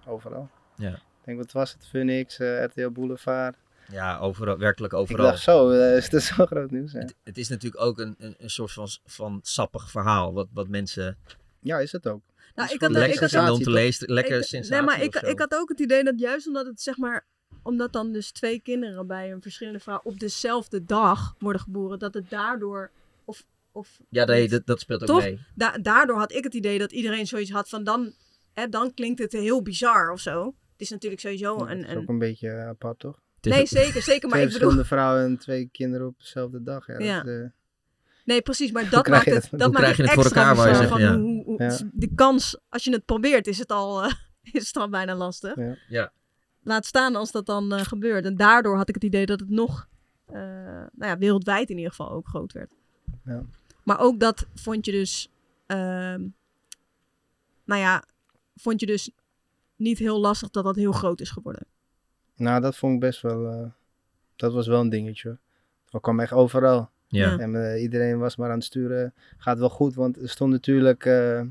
[SPEAKER 6] overal.
[SPEAKER 5] Ja.
[SPEAKER 6] Ik denk, wat was het? Phoenix, eh, RTL Boulevard.
[SPEAKER 5] Ja, overal, werkelijk overal.
[SPEAKER 6] Ik dacht zo, eh, is dat zo groot nieuws? Hè?
[SPEAKER 5] Het, het is natuurlijk ook een, een, een soort van, van sappig verhaal. Wat, wat mensen
[SPEAKER 6] Ja, is het ook.
[SPEAKER 2] Nou,
[SPEAKER 6] is
[SPEAKER 2] ik
[SPEAKER 6] wel
[SPEAKER 2] Nou, had,
[SPEAKER 6] lekker
[SPEAKER 2] ik
[SPEAKER 5] lekker vinden
[SPEAKER 2] had
[SPEAKER 6] gedaan. sensatie,
[SPEAKER 5] om te
[SPEAKER 6] toch?
[SPEAKER 5] lezen. Lekker
[SPEAKER 2] ik-
[SPEAKER 5] sensatie
[SPEAKER 2] Nee, maar ik,
[SPEAKER 5] of zo.
[SPEAKER 2] ik had ook het idee dat juist omdat het zeg maar omdat dan dus twee kinderen bij een verschillende vrouw op dezelfde dag worden geboren, dat het daardoor of, of
[SPEAKER 5] Ja, nee, dat, dat speelt ook
[SPEAKER 2] Toch?
[SPEAKER 5] mee.
[SPEAKER 2] da- daardoor had ik het idee dat iedereen zoiets had van dan, hè, dan klinkt het heel bizar of zo. Het is natuurlijk sowieso
[SPEAKER 6] Het
[SPEAKER 2] een,
[SPEAKER 6] is ook
[SPEAKER 2] een
[SPEAKER 6] een beetje eh, apart, toch?
[SPEAKER 5] is
[SPEAKER 2] nee
[SPEAKER 5] ook-
[SPEAKER 2] zeker zeker, maar
[SPEAKER 6] twee
[SPEAKER 2] ik bedoel
[SPEAKER 6] verschillende vrouwen en twee kinderen op dezelfde dag. Ja,
[SPEAKER 2] Ja.
[SPEAKER 6] Dat, eh,
[SPEAKER 2] Nee, precies, maar dat
[SPEAKER 6] krijg
[SPEAKER 2] maakt
[SPEAKER 6] je
[SPEAKER 2] het,
[SPEAKER 6] dat-
[SPEAKER 2] dat
[SPEAKER 5] hoe
[SPEAKER 2] maakt
[SPEAKER 5] krijg je
[SPEAKER 2] het
[SPEAKER 5] het voor
[SPEAKER 2] extra
[SPEAKER 5] elkaar, wou
[SPEAKER 6] je
[SPEAKER 2] bizar van
[SPEAKER 5] zeggen, ja.
[SPEAKER 2] hoe, hoe-
[SPEAKER 6] Ja.
[SPEAKER 2] s- de kans, als je het probeert, is het al, eh, is het al bijna lastig.
[SPEAKER 6] Ja.
[SPEAKER 5] Ja.
[SPEAKER 2] Laat staan als dat dan eh, gebeurt. En daardoor had ik het idee dat het nog, eh, nou ja, wereldwijd in ieder geval ook groot werd.
[SPEAKER 6] Ja.
[SPEAKER 2] Maar ook dat vond je dus, ehm, nou ja, vond je dus niet heel lastig dat dat heel groot is geworden.
[SPEAKER 6] nou, dat vond ik best wel. eh, dat was wel een dingetje. hoor. Dat kwam echt overal.
[SPEAKER 5] Ja.
[SPEAKER 6] En eh, iedereen was maar aan het sturen. Gaat wel goed, want er stond natuurlijk eh, eh,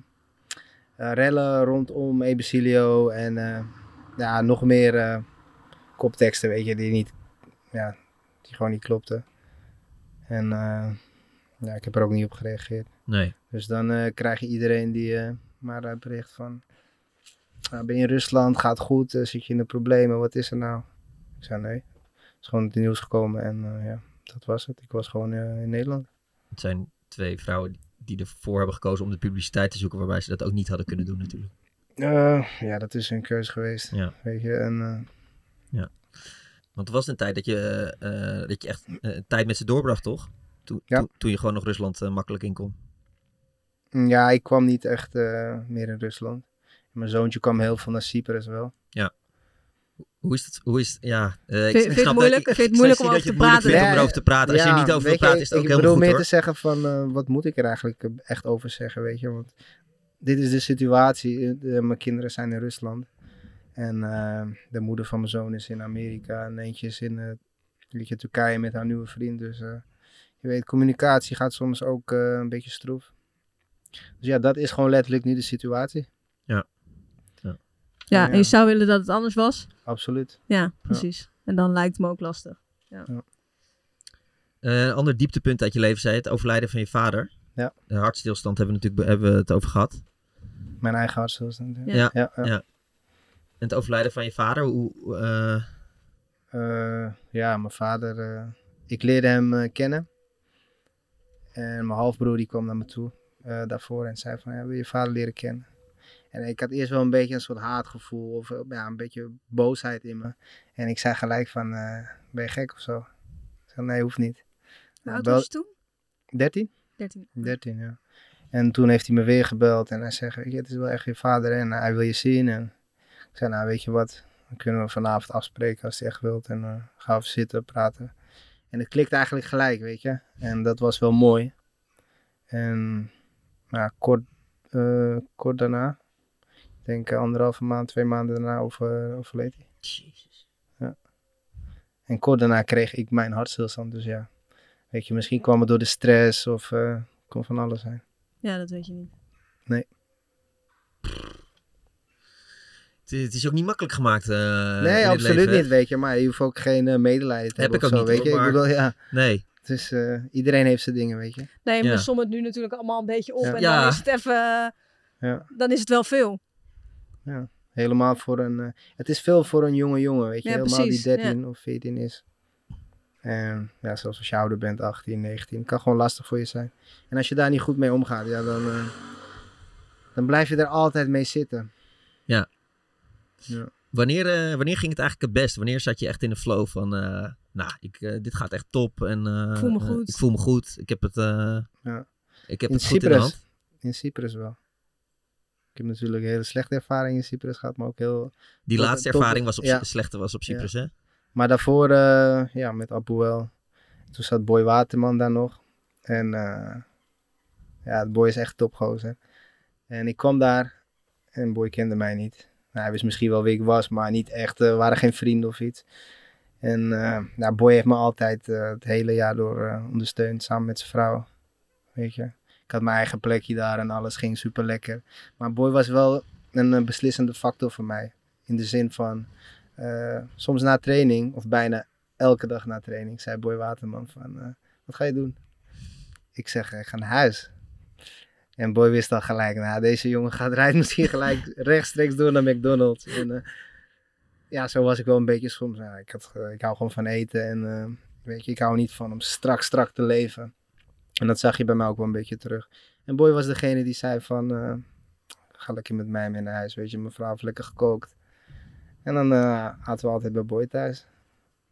[SPEAKER 6] rellen rondom Ebesilio en eh, ja, nog meer eh, kopteksten, weet je, die niet, ja, die gewoon niet klopten. En eh, ja, ik heb er ook niet op gereageerd.
[SPEAKER 5] Nee.
[SPEAKER 6] Dus dan eh, krijg je iedereen die eh, maar eh, bericht van, "Ah, ben je in Rusland, gaat goed, eh, zit je in de problemen, wat is er nou? Ik zei nee, het is gewoon het nieuws gekomen en eh, ja, dat was het. Ik was gewoon eh, in Nederland.
[SPEAKER 5] Het zijn twee vrouwen die ervoor hebben gekozen om de publiciteit te zoeken, waarbij ze dat ook niet hadden kunnen doen natuurlijk.
[SPEAKER 6] Eh, ja, dat is een keuze geweest.
[SPEAKER 5] Ja.
[SPEAKER 6] Weet je, en eh,
[SPEAKER 5] Want er was een tijd dat je, eh, eh, dat je echt eh, tijd met ze doorbracht, toch? Toen,
[SPEAKER 6] Ja.
[SPEAKER 5] toen- toen je gewoon nog Rusland eh, makkelijk in kon.
[SPEAKER 6] mm, ja, ik kwam niet echt eh, meer in Rusland. Mijn zoontje kwam heel veel naar Cyprus wel.
[SPEAKER 5] Hoe is het? Hoe is het- Ja, eh, ik,
[SPEAKER 2] Vind-
[SPEAKER 5] ik
[SPEAKER 2] vind
[SPEAKER 5] snap
[SPEAKER 2] het moeilijk-
[SPEAKER 5] dat, ik,
[SPEAKER 2] vind je het
[SPEAKER 5] ik
[SPEAKER 2] moeilijk om
[SPEAKER 5] zie dat
[SPEAKER 2] over
[SPEAKER 5] je
[SPEAKER 2] te
[SPEAKER 5] het moeilijk
[SPEAKER 2] praten?
[SPEAKER 5] vindt om
[SPEAKER 6] Nee,
[SPEAKER 5] erover te praten. Ah, Als
[SPEAKER 6] ja,
[SPEAKER 5] je er niet over wil
[SPEAKER 6] weet je,
[SPEAKER 5] praten, is het ook
[SPEAKER 6] Ik
[SPEAKER 5] helemaal
[SPEAKER 6] bedoel
[SPEAKER 5] goed
[SPEAKER 6] meer
[SPEAKER 5] hoor.
[SPEAKER 6] te zeggen van, eh, wat moet ik er eigenlijk eh, echt over zeggen, weet je. Want dit is de situatie. Eh, eh, mijn kinderen zijn in Rusland. En eh, de moeder van mijn zoon is in Amerika. En eentje is in eh, weet je, Turkije met haar nieuwe vriend. Dus eh, je weet, communicatie gaat soms ook eh, een beetje stroef. Dus ja, dat is gewoon letterlijk nu de situatie.
[SPEAKER 2] Ja,
[SPEAKER 6] Ja.
[SPEAKER 2] en je zou willen dat het anders was.
[SPEAKER 6] Absoluut.
[SPEAKER 2] Ja, precies. En dan lijkt het me ook lastig.
[SPEAKER 5] Eh, een ander dieptepunt uit je leven, zei je, het overlijden van je vader.
[SPEAKER 6] Ja.
[SPEAKER 5] De hartstilstand hebben we natuurlijk hebben we het over gehad.
[SPEAKER 6] Mijn eigen hartstilstand. Ja.
[SPEAKER 5] Ja.
[SPEAKER 6] Ja, ja.
[SPEAKER 5] Ja. En het overlijden van je vader, hoe... eh,
[SPEAKER 6] Eh, ja, mijn vader. eh, ik leerde hem eh, kennen. En mijn halfbroer die kwam naar me toe eh, daarvoor en zei van, ja, wil je vader leren kennen? En ik had eerst wel een beetje een soort haatgevoel of eh, ja, een beetje boosheid in me. En ik zei gelijk van, eh, ben je gek of zo? Ik zei, nee, hoeft niet.
[SPEAKER 2] Hoe
[SPEAKER 6] Hij
[SPEAKER 2] oud
[SPEAKER 6] bel-
[SPEAKER 2] was je toen?
[SPEAKER 6] 13?
[SPEAKER 2] 13.
[SPEAKER 6] 13, ja. En toen heeft hij me weer gebeld en hij zegt, weet je, het is wel echt je vader en hij wil je zien. En ik zei, nou weet je wat, dan kunnen we vanavond afspreken als hij echt wilt. En eh gaan we even zitten, praten. En het klikt eigenlijk gelijk, weet je. En dat was wel mooi. En nou, ja, kort, eh, kort daarna, ik denk eh, anderhalve maand, twee maanden daarna over, eh, overleed hij. Ja. En kort daarna kreeg ik mijn hartstilstand, dus ja. Weet je, misschien kwam het door de stress of eh kon van alles zijn.
[SPEAKER 2] Ja, dat weet je niet.
[SPEAKER 5] Het, het is ook niet makkelijk gemaakt. eh, in
[SPEAKER 6] nee,
[SPEAKER 5] dit
[SPEAKER 6] absoluut
[SPEAKER 5] leven, hè?
[SPEAKER 6] niet, weet je. Maar je hoeft ook geen eh, medelijden te
[SPEAKER 5] Heb
[SPEAKER 6] hebben
[SPEAKER 5] ik
[SPEAKER 6] of
[SPEAKER 5] ook
[SPEAKER 6] zo,
[SPEAKER 5] niet,
[SPEAKER 6] weet je.
[SPEAKER 5] hoor,
[SPEAKER 6] Ik
[SPEAKER 5] maar-
[SPEAKER 6] bedoel, ja.
[SPEAKER 5] Nee.
[SPEAKER 6] Het is, eh, iedereen heeft zijn dingen, weet je.
[SPEAKER 2] Nee, maar
[SPEAKER 5] Ja.
[SPEAKER 2] we sommen het nu natuurlijk allemaal een beetje op.
[SPEAKER 6] Ja.
[SPEAKER 2] En
[SPEAKER 5] Ja.
[SPEAKER 2] dan is het even... eh,
[SPEAKER 6] Ja.
[SPEAKER 2] Dan is het wel veel.
[SPEAKER 6] Helemaal voor een... eh, het is veel voor een jonge jongen, weet je.
[SPEAKER 2] Ja,
[SPEAKER 6] Helemaal
[SPEAKER 2] precies,
[SPEAKER 6] die 13 of 14 is. En ja, zelfs als je ouder bent, 18, 19. kan gewoon lastig voor je zijn. En als je daar niet goed mee omgaat, ja, dan... eh, dan blijf je er altijd mee zitten.
[SPEAKER 5] Wanneer, eh, wanneer ging het eigenlijk het best? Wanneer zat je echt in de flow van... eh, nou, ik, eh, dit gaat echt top. En, eh,
[SPEAKER 2] Ik voel me
[SPEAKER 5] eh,
[SPEAKER 2] goed.
[SPEAKER 5] ik voel me goed. Ik heb het, eh,
[SPEAKER 6] Ja.
[SPEAKER 5] ik heb
[SPEAKER 6] In
[SPEAKER 5] het goed in de
[SPEAKER 6] Cyprus.
[SPEAKER 5] hand.
[SPEAKER 6] In Cyprus wel. Ik heb natuurlijk hele slechte ervaringen in Cyprus gehad, maar ook heel
[SPEAKER 5] Die
[SPEAKER 6] Tot-
[SPEAKER 5] laatste
[SPEAKER 6] tot-
[SPEAKER 5] ervaring was op,
[SPEAKER 6] ja.
[SPEAKER 5] slechte was op Cyprus, hè?
[SPEAKER 6] Maar daarvoor, eh, ja, met Abuel. Toen zat Boy Waterman daar nog. En eh, ja, het Boy is echt topgozer. En ik kwam daar en Boy kende mij niet. Nou, hij wist misschien wel wie ik was, maar niet echt. eh, We waren geen vrienden of iets. En eh nou, Boy heeft me altijd eh, het hele jaar door eh, ondersteund, samen met zijn vrouw. Weet je. Ik had mijn eigen plekje daar en alles ging super lekker. Maar Boy was wel een eh, beslissende factor voor mij. In de zin van, eh, soms na training, of bijna elke dag na training, zei Boy Waterman van, eh, wat ga je doen? Ik zeg, eh, ik ga naar huis. En Boy wist al gelijk, nou deze jongen gaat rijdt misschien gelijk rechtstreeks door naar McDonald's. En, eh, ja, zo was ik wel een beetje soms. Nou, ik, had, eh, ik hou gewoon van eten en eh, weet je, ik hou niet van om strak, strak te leven. En dat zag je bij mij ook wel een beetje terug. En Boy was degene die zei van, eh, ga lekker met mij mee naar huis, weet je, mijn vrouw heeft lekker gekookt. En dan eh aten we altijd bij Boy thuis.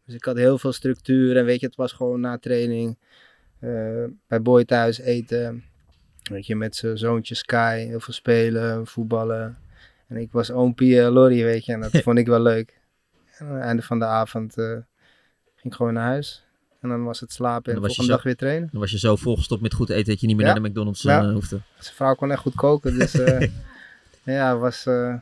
[SPEAKER 6] Dus ik had heel veel structuur en weet je, het was gewoon na training eh, bij Boy thuis eten. Weet je, met zijn zoontje Sky, heel veel spelen, voetballen. En ik was oompie eh, Lorry, weet je, en dat vond ik wel leuk. En aan het einde van de avond eh, ging ik gewoon naar huis. En dan was het slapen en,
[SPEAKER 5] En dan
[SPEAKER 6] de
[SPEAKER 5] was je
[SPEAKER 6] volgende
[SPEAKER 5] zo-
[SPEAKER 6] dag weer trainen.
[SPEAKER 5] Dan was je zo volgestopt met goed eten dat je niet meer
[SPEAKER 6] Ja.
[SPEAKER 5] naar de McDonald's
[SPEAKER 6] Ja.
[SPEAKER 5] eh, hoefde.
[SPEAKER 6] Zijn vrouw kon echt goed koken, dus eh, ja, was eh,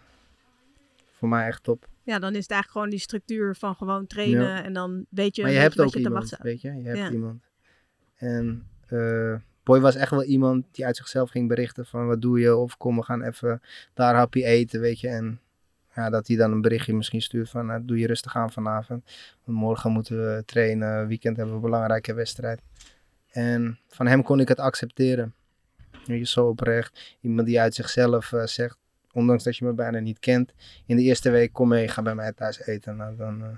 [SPEAKER 6] voor mij echt top.
[SPEAKER 2] Ja, dan is het eigenlijk gewoon die structuur van gewoon trainen en dan weet je,
[SPEAKER 6] maar je
[SPEAKER 2] een
[SPEAKER 6] hebt
[SPEAKER 2] beetje
[SPEAKER 6] ook
[SPEAKER 2] wat je te wachten
[SPEAKER 6] iemand,
[SPEAKER 2] staat.
[SPEAKER 6] weet je? Je hebt
[SPEAKER 2] Ja.
[SPEAKER 6] iemand. En eh, Boy was echt wel iemand die uit zichzelf ging berichten van wat doe je? Of kom, we gaan even daar happy eten, weet je? En ja, dat hij dan een berichtje misschien stuurt van nou, doe je rustig aan vanavond. Want morgen moeten we trainen, weekend hebben we een belangrijke wedstrijd. En van hem kon ik het accepteren. Weet je, zo oprecht. Iemand die uit zichzelf eh, zegt, ondanks dat je me bijna niet kent. In de eerste week, kom mee, ga bij mij thuis eten. Nou, dan... eh,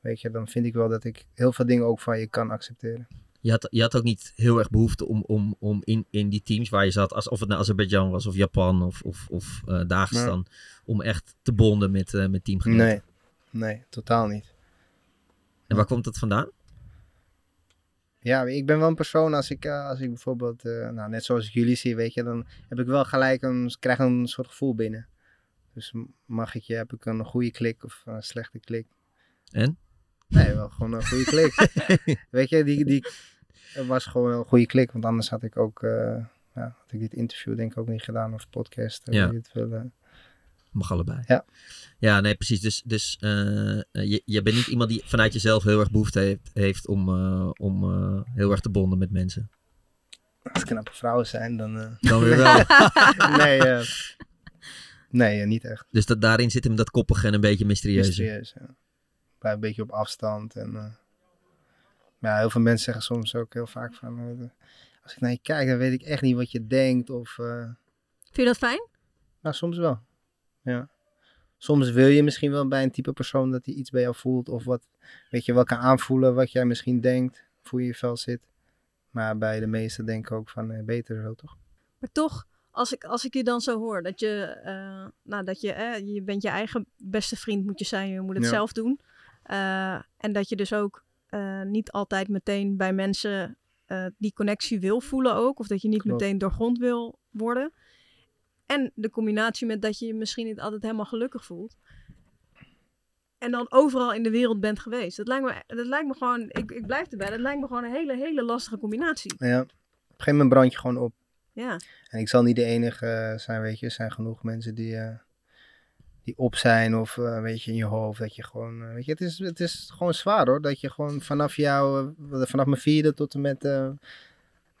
[SPEAKER 6] Weet je, dan vind ik wel dat ik heel veel dingen ook van je kan accepteren.
[SPEAKER 5] Je had, je had ook niet heel erg behoefte om, om, om in, in die teams waar je zat, alsof het naar Azerbeidzjan was of Japan of, of, of eh, Dagestan, om echt te bonden met, eh met teamgenoten.
[SPEAKER 6] Nee, nee, totaal niet.
[SPEAKER 5] En waar komt dat vandaan?
[SPEAKER 6] Ja, ik ben wel een persoon als ik, eh, als ik bijvoorbeeld, eh, nou, net zoals ik jullie zie, weet je, dan heb ik wel gelijk een, krijg een soort gevoel binnen. Dus m- mag ik je, heb ik een goede klik of een slechte klik?
[SPEAKER 5] En?
[SPEAKER 6] Nee, wel gewoon een goede klik. weet je, die, die het was gewoon een goede klik, want anders had ik ook, eh, ja, had ik dit interview denk ik ook niet gedaan of podcast. eh,
[SPEAKER 5] Ja.
[SPEAKER 6] hoe je het wil, eh.
[SPEAKER 5] Mag allebei.
[SPEAKER 6] Ja.
[SPEAKER 5] Ja, nee, precies. Dus, dus eh, eh, je, je bent niet iemand die vanuit jezelf heel erg behoefte heeft, heeft om, eh, om eh, heel erg te bonden met mensen.
[SPEAKER 6] Als knappe vrouwen zijn, dan... eh,
[SPEAKER 5] Dan weer wel.
[SPEAKER 6] nee, eh, nee eh, niet echt.
[SPEAKER 5] dus dat, daarin zit hem dat koppige en een beetje mysterieuze.
[SPEAKER 6] Mysterieus. ja. Blijf een beetje op afstand. En, eh, maar ja, heel veel mensen zeggen soms ook heel vaak van... eh, als ik naar je kijk, dan weet ik echt niet wat je denkt. Of, eh,
[SPEAKER 2] Vind je dat fijn?
[SPEAKER 6] nou, soms wel. Ja. Soms wil je misschien wel bij een type persoon dat hij iets bij jou voelt. Of wat, weet je, wel kan aanvoelen wat jij misschien denkt. of hoe je in je vel zit. Maar bij de meesten denk ik ook van eh, beter zo, toch?
[SPEAKER 2] Maar toch, als ik, als ik je dan zo hoor, dat je, eh, nou, dat je, eh, je bent je eigen beste vriend moet je zijn, je moet het
[SPEAKER 6] Ja.
[SPEAKER 2] zelf doen. Eh, en dat je dus ook eh, niet altijd meteen bij mensen eh, die connectie wil voelen ook, of dat je niet
[SPEAKER 6] Klopt.
[SPEAKER 2] meteen doorgrond wil worden. En de combinatie met dat je je misschien niet altijd helemaal gelukkig voelt. En dan overal in de wereld bent geweest. Dat lijkt me, dat lijkt me gewoon, ik, ik blijf erbij, dat lijkt me gewoon een hele, hele lastige combinatie.
[SPEAKER 6] Ja. Op een gegeven moment brand je gewoon op.
[SPEAKER 2] Ja.
[SPEAKER 6] En ik zal niet de enige eh, zijn, weet je. Er zijn genoeg mensen die, eh, die op zijn of eh, weet je, in je hoofd. Dat je gewoon, eh, weet je, het is, het is gewoon zwaar hoor. Dat je gewoon vanaf jou, eh, vanaf mijn vierde tot en met eh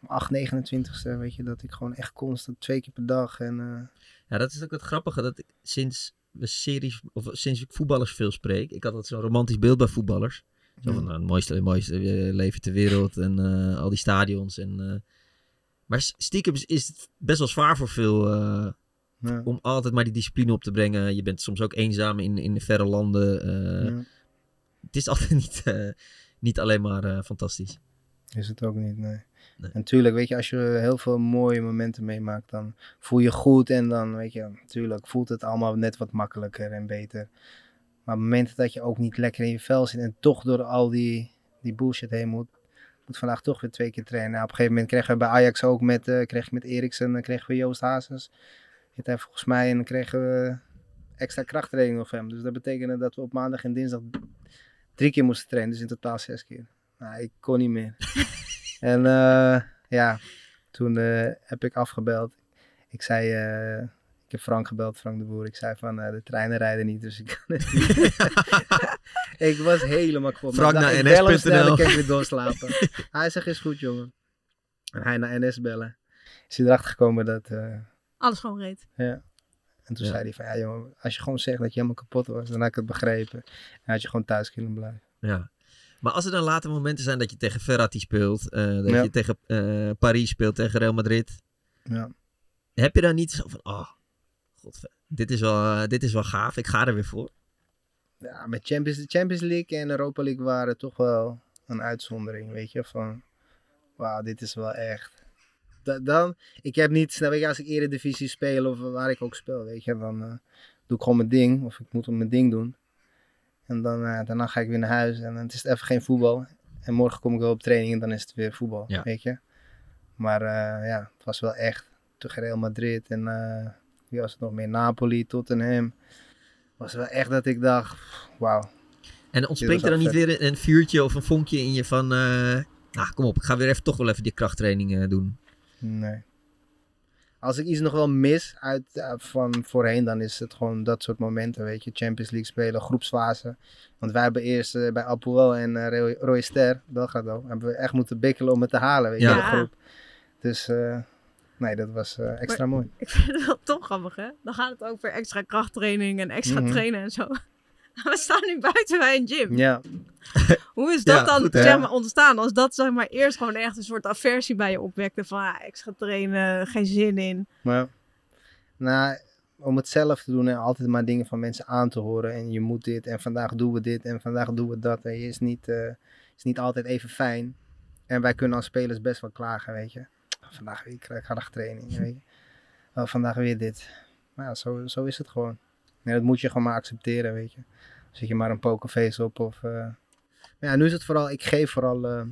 [SPEAKER 6] 8, 29ste, weet je. Dat ik gewoon echt constant twee keer per dag en... eh,
[SPEAKER 5] Ja, dat is ook het grappige. Dat ik sinds we series, of sinds ik voetballers veel spreek, ik had altijd zo'n romantisch beeld bij voetballers. Zo van nou, het mooiste, het mooiste eh, leven ter wereld en eh, al die stadions. En, eh, maar s- stiekem is- is het best wel zwaar voor veel eh,
[SPEAKER 6] ja,
[SPEAKER 5] om altijd maar die discipline op te brengen. Je bent soms ook eenzaam in, in de verre landen. eh,
[SPEAKER 6] ja.
[SPEAKER 5] Het is altijd niet, eh, niet alleen maar eh, fantastisch.
[SPEAKER 6] Is het ook niet, nee.
[SPEAKER 5] Nee.
[SPEAKER 6] Natuurlijk, weet je, als je heel veel mooie momenten meemaakt, dan voel je goed en dan, weet je, natuurlijk voelt het allemaal net wat makkelijker en beter. Maar op momenten dat je ook niet lekker in je vel zit en toch door al die, die bullshit heen moet, moet vandaag toch weer twee keer trainen. Nou, op een gegeven moment kregen we bij Ajax ook met, eh kreeg ik met Eriksen, dan kregen we Joost Hazes. Zit hij volgens mij en dan kregen we extra krachttraining of hem. Dus dat betekende dat we op maandag en dinsdag drie keer moesten trainen, dus in totaal zes keer. Nou, ik kon niet meer. En eh, ja, toen eh, heb ik afgebeld. Ik zei, eh, ik heb Frank gebeld, Frank de Boer. Ik zei van, eh, de treinen rijden niet, dus ik kan het niet. ik was helemaal kapot.
[SPEAKER 5] Frank
[SPEAKER 6] Maar
[SPEAKER 5] naar
[SPEAKER 6] ik bel hem snel,
[SPEAKER 5] NS.nl.
[SPEAKER 6] Dan kan ik weer doorslapen. hij zegt, is goed jongen. En hij naar NS bellen. is hij erachter gekomen dat... eh,
[SPEAKER 2] Alles gewoon reed.
[SPEAKER 6] en toen
[SPEAKER 5] Ja.
[SPEAKER 6] zei hij van, ja jongen, als je gewoon zegt dat je helemaal kapot was, dan had ik het begrepen. En had je gewoon thuis kunnen blijven.
[SPEAKER 5] Ja. Maar als er dan later momenten zijn dat je tegen Ferrati speelt, eh, dat
[SPEAKER 6] Ja.
[SPEAKER 5] je tegen eh, Paris speelt, tegen Real Madrid,
[SPEAKER 6] Ja.
[SPEAKER 5] heb je dan niet zo van, oh, godver, dit is, wel, eh, dit is wel gaaf, ik ga er weer voor.
[SPEAKER 6] Ja, met Champions, de Champions League en Europa League waren toch wel een uitzondering, weet je. Van, wauw, dit is wel echt. Da- dan, ik heb niet, snap ik, als ik eredivisie speel of waar ik ook speel, weet je. Dan eh, doe ik gewoon mijn ding, of ik moet mijn ding doen. En dan, eh, daarna ga ik weer naar huis en het is even geen voetbal. En morgen kom ik wel op training en dan is het weer voetbal,
[SPEAKER 5] Ja.
[SPEAKER 6] weet je. Maar eh, ja, het was wel echt. Tegen Real Madrid en eh wie was het nog meer? Napoli, Tottenham. Was wel echt dat ik dacht, wauw.
[SPEAKER 5] En ontspringt er dan
[SPEAKER 6] Dit
[SPEAKER 5] niet
[SPEAKER 6] was
[SPEAKER 5] weer een, een vuurtje of een vonkje in je van, eh, nou kom op, ik ga weer even, toch wel even die krachttraining eh, doen.
[SPEAKER 6] Nee. Als ik iets nog wel mis uit, eh, van voorheen, dan is het gewoon dat soort momenten, weet je. Champions League spelen, groepsfase. Want wij hebben eerst eh, bij Apoel en eh Roy, Roy Ster, Belgrado, hebben we echt moeten bikkelen om het te halen, weet je,
[SPEAKER 5] Ja.
[SPEAKER 6] de groep. Dus eh, nee, dat was eh, extra mooi.
[SPEAKER 2] Ik vind het wel toch grappig, hè? Dan gaat het over extra krachttraining en extra
[SPEAKER 6] Mhm.
[SPEAKER 2] trainen en zo. We staan nu buiten bij een gym.
[SPEAKER 6] Ja,
[SPEAKER 2] Hoe is dat
[SPEAKER 5] Ja,
[SPEAKER 2] dan
[SPEAKER 5] goed, hè?
[SPEAKER 2] zeg maar, ontstaan? Als dat zeg maar, eerst gewoon echt een soort aversie bij je opwekte. Van ah, extra trainen, geen zin in.
[SPEAKER 6] Maar nou, om het zelf te doen en altijd maar dingen van mensen aan te horen. En je moet dit en vandaag doen we dit en vandaag doen we dat. En je is niet, eh, is niet altijd even fijn. En wij kunnen als spelers best wel klagen, weet je. Oh, Vandaag weer krachttraining, weet je. Oh, vandaag weer dit. Maar ja, zo, zo is het gewoon. En dat moet je gewoon maar accepteren, weet je. Zet je maar een pokerface op of... eh. Maar ja, nu is het vooral, ik geef vooral... eh,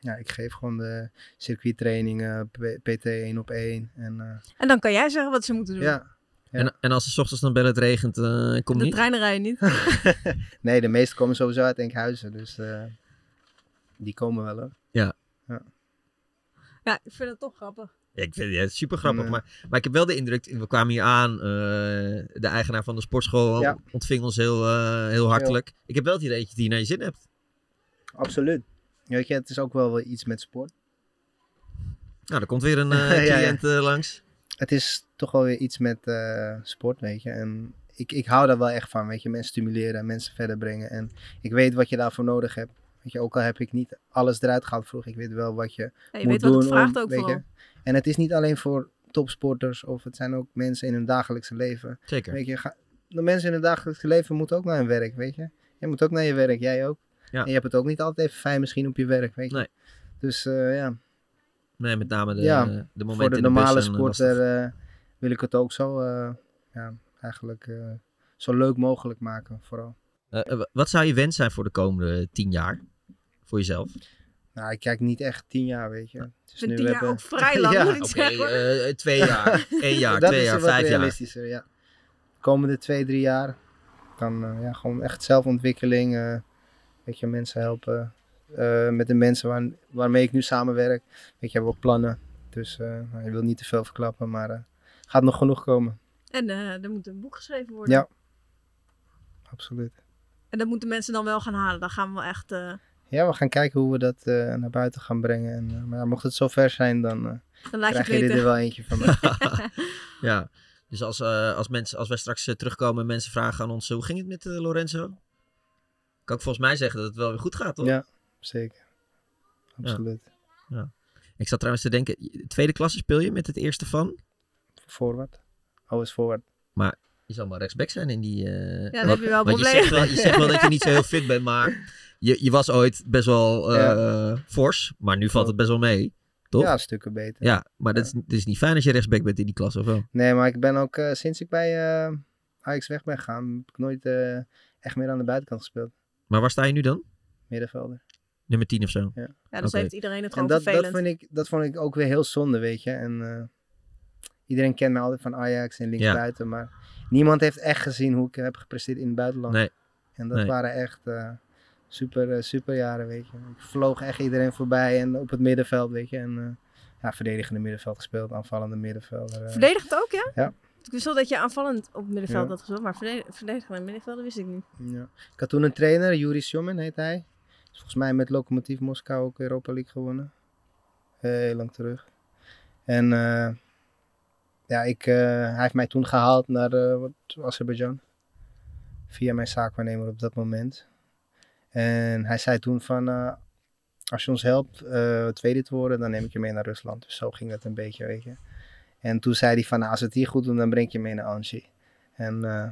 [SPEAKER 6] ja, ik geef gewoon de circuittrainingen, P- PT één op één en... eh,
[SPEAKER 2] En dan kan jij zeggen wat ze moeten doen.
[SPEAKER 6] ja. Ja.
[SPEAKER 5] En, en als het 's ochtends dan bellen het regent, eh, ik kom
[SPEAKER 2] de
[SPEAKER 5] niet.
[SPEAKER 2] treinen rijden niet.
[SPEAKER 6] nee, de meesten komen sowieso uit Enkhuizen. Dus eh, die komen wel hoor.
[SPEAKER 2] Ja, ik vind het toch grappig.
[SPEAKER 5] Ja, ik vind het super grappig.
[SPEAKER 6] Nee.
[SPEAKER 5] Maar, maar ik heb wel de indruk, we kwamen hier aan. eh, de eigenaar van de sportschool
[SPEAKER 6] Ja.
[SPEAKER 5] ontving ons heel, eh, heel hartelijk. Ik heb wel het idee dat je het hier naar je zin hebt.
[SPEAKER 6] Absoluut. Weet je, het is ook wel wel iets met sport.
[SPEAKER 5] Nou, er komt weer een eh,
[SPEAKER 6] Ja, ja.
[SPEAKER 5] cliënt eh, langs.
[SPEAKER 6] Het is toch wel weer iets met eh, sport, weet je. En ik, ik hou daar wel echt van, weet je. Mensen stimuleren, mensen verder brengen. En ik weet wat je daarvoor nodig hebt. Weet je, ook al heb ik niet alles eruit gehaald vroeg. Ik weet wel wat je
[SPEAKER 2] Ja, je weet
[SPEAKER 6] moet
[SPEAKER 2] wat het
[SPEAKER 6] doen
[SPEAKER 2] vraagt
[SPEAKER 6] om-
[SPEAKER 2] ook
[SPEAKER 6] weet je.
[SPEAKER 2] vooral.
[SPEAKER 6] En het is niet alleen voor topsporters of het zijn ook mensen in hun dagelijkse leven.
[SPEAKER 5] Zeker.
[SPEAKER 6] Weet je, ga- de mensen in het dagelijks leven moeten ook naar hun werk, weet je. Jij moet ook naar je werk, jij ook.
[SPEAKER 5] Ja.
[SPEAKER 6] En je hebt het ook niet altijd even fijn misschien op je werk, weet je.
[SPEAKER 5] Nee.
[SPEAKER 6] Dus eh, ja,
[SPEAKER 5] Nee, met name de,
[SPEAKER 6] Ja,
[SPEAKER 5] de momenten
[SPEAKER 6] voor de
[SPEAKER 5] in bus
[SPEAKER 6] normale
[SPEAKER 5] zijn, eh,
[SPEAKER 6] sporter
[SPEAKER 5] lastig.
[SPEAKER 6] eh, wil ik het ook zo, eh, ja, eigenlijk eh, zo leuk mogelijk maken vooral.
[SPEAKER 5] Eh, eh, wa- wat zou je wens zijn voor de komende tien jaar? Voor jezelf?
[SPEAKER 6] Nou, ik kijk niet echt tien jaar, weet je. Dus
[SPEAKER 2] Vind tien jaar ook vrij
[SPEAKER 6] Ja,
[SPEAKER 2] lang, moet ik
[SPEAKER 5] Oké,
[SPEAKER 2] zeggen. hoor.
[SPEAKER 5] eh, twee jaar, één jaar,
[SPEAKER 6] dat
[SPEAKER 5] twee
[SPEAKER 6] is
[SPEAKER 5] jaar,
[SPEAKER 6] wat
[SPEAKER 5] vijf jaar.
[SPEAKER 6] realistischer, ja. Komende twee, drie jaar. Dan eh, ja, gewoon echt zelfontwikkeling. eh, weet je, mensen helpen. eh, met de mensen waar, waarmee ik nu samenwerk. Weet je, hebben we ook plannen. Dus eh, nou, je wil niet te veel verklappen, maar eh, gaat nog genoeg komen.
[SPEAKER 2] En eh, er moet een boek geschreven worden.
[SPEAKER 6] Ja. Absoluut.
[SPEAKER 2] En dat moeten mensen dan wel gaan halen. Dan gaan we wel echt... eh,
[SPEAKER 6] Ja, we gaan kijken hoe we dat eh, naar buiten gaan brengen. En, eh, maar ja, mocht het zover zijn, dan eh,
[SPEAKER 2] dan laat je het
[SPEAKER 6] krijg jullie
[SPEAKER 2] weten.
[SPEAKER 6] er wel eentje van mij.
[SPEAKER 5] Ja. Dus als, eh, als, mensen, als wij straks eh, terugkomen en mensen vragen aan ons, hoe ging het met eh, Lorenzo? Kan ik volgens mij zeggen dat het wel weer goed gaat, toch?
[SPEAKER 6] ja, zeker. Absoluut.
[SPEAKER 5] Ik zat trouwens te denken, je- tweede klasse speel je met het eerste van.
[SPEAKER 6] Voorwaarts. Alles voorwaarts.
[SPEAKER 5] Je zal maar rechtsback zijn in die... eh,
[SPEAKER 2] dan
[SPEAKER 5] want-
[SPEAKER 2] heb je wel een
[SPEAKER 5] want
[SPEAKER 2] probleem.
[SPEAKER 5] Je zegt wel, je zegt wel dat je niet zo heel fit bent, maar je, je was ooit best wel eh, fors. Maar nu valt het best wel mee, toch?
[SPEAKER 6] Ja, stukken beter.
[SPEAKER 5] Ja, maar Dat, is, dat is niet fijn als je rechtsback bent in die klas, of wel?
[SPEAKER 6] Nee, maar ik ben ook eh, sinds ik bij eh Ajax weg ben gegaan, heb ik nooit eh, echt meer aan de buitenkant gespeeld.
[SPEAKER 5] Maar waar sta je nu dan?
[SPEAKER 6] Middenvelder.
[SPEAKER 5] Nummer 10 of zo?
[SPEAKER 2] Ja, dus
[SPEAKER 5] Oké.
[SPEAKER 2] heeft iedereen het
[SPEAKER 6] En
[SPEAKER 2] gewoon
[SPEAKER 6] dat, dat,
[SPEAKER 2] vervelend.
[SPEAKER 6] vind ik, dat vond ik ook weer heel zonde, weet je. En eh, iedereen kent me altijd van Ajax en linksbuiten, maar niemand heeft echt gezien hoe ik heb gepresteerd in het buitenland.
[SPEAKER 5] Nee.
[SPEAKER 6] En dat
[SPEAKER 5] Nee.
[SPEAKER 6] waren echt eh, super, eh, super jaren, weet je. Ik vloog echt iedereen voorbij en op het middenveld, weet je. En eh, ja, verdedigende middenveld gespeeld, aanvallende middenvelder. eh.
[SPEAKER 2] Verdedigend ook, ja?
[SPEAKER 6] Ja.
[SPEAKER 2] Ik wist wel dat je aanvallend op het middenveld
[SPEAKER 6] Ja.
[SPEAKER 2] had gespeeld, maar verde- verdedigend en middenveld, dat wist ik niet.
[SPEAKER 6] Ja. Ik had toen een trainer, Yuri Sjomin heet hij. Is volgens mij met Lokomotiv Moskou ook Europa League gewonnen. Heel lang terug. En eh, ja, ik, eh, hij heeft mij toen gehaald naar eh, wat, Azerbeidzjan. Via mijn zaakwaarnemer op dat moment. En hij zei toen van, eh, als je ons helpt eh, tweede te worden, dan neem ik je mee naar Rusland. Dus zo ging dat een beetje, weet je. En toen zei hij van, nou, als we het hier goed doen, dan breng ik je mee naar Anji. En eh,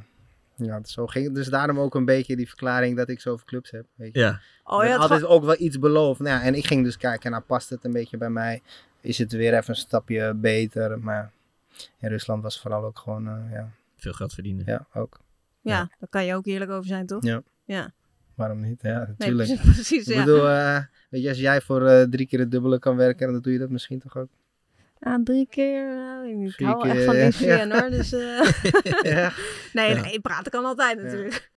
[SPEAKER 6] ja, zo ging het. Dus daarom ook een beetje die verklaring dat ik zoveel clubs heb, weet je.
[SPEAKER 5] Ja.
[SPEAKER 6] Ik
[SPEAKER 4] Oh ja,
[SPEAKER 6] ben
[SPEAKER 4] het
[SPEAKER 6] altijd
[SPEAKER 4] gewoon-
[SPEAKER 6] ook wel iets beloofd. Nou, ja, en ik ging dus kijken, nou past het een beetje bij mij? Is het weer even een stapje beter? Maar in Rusland was vooral ook gewoon, eh, ja,
[SPEAKER 5] Veel geld verdienen.
[SPEAKER 6] ja, ook.
[SPEAKER 2] Ja, daar kan je ook eerlijk over zijn, toch?
[SPEAKER 6] Ja, Waarom niet? Ja,
[SPEAKER 2] Nee,
[SPEAKER 6] natuurlijk.
[SPEAKER 2] precies.
[SPEAKER 6] ik
[SPEAKER 2] Ja.
[SPEAKER 6] bedoel, eh, weet je, als jij voor eh, drie keer het dubbele kan werken, dan doe je dat misschien toch ook.
[SPEAKER 2] Ah, drie keer. nou, ik
[SPEAKER 6] Vier
[SPEAKER 2] hou wel echt
[SPEAKER 6] keer,
[SPEAKER 2] van
[SPEAKER 6] ja.
[SPEAKER 2] insulin hoor. Dus, eh,
[SPEAKER 6] ja.
[SPEAKER 2] nee,
[SPEAKER 5] Ja.
[SPEAKER 2] nee, praten kan altijd natuurlijk.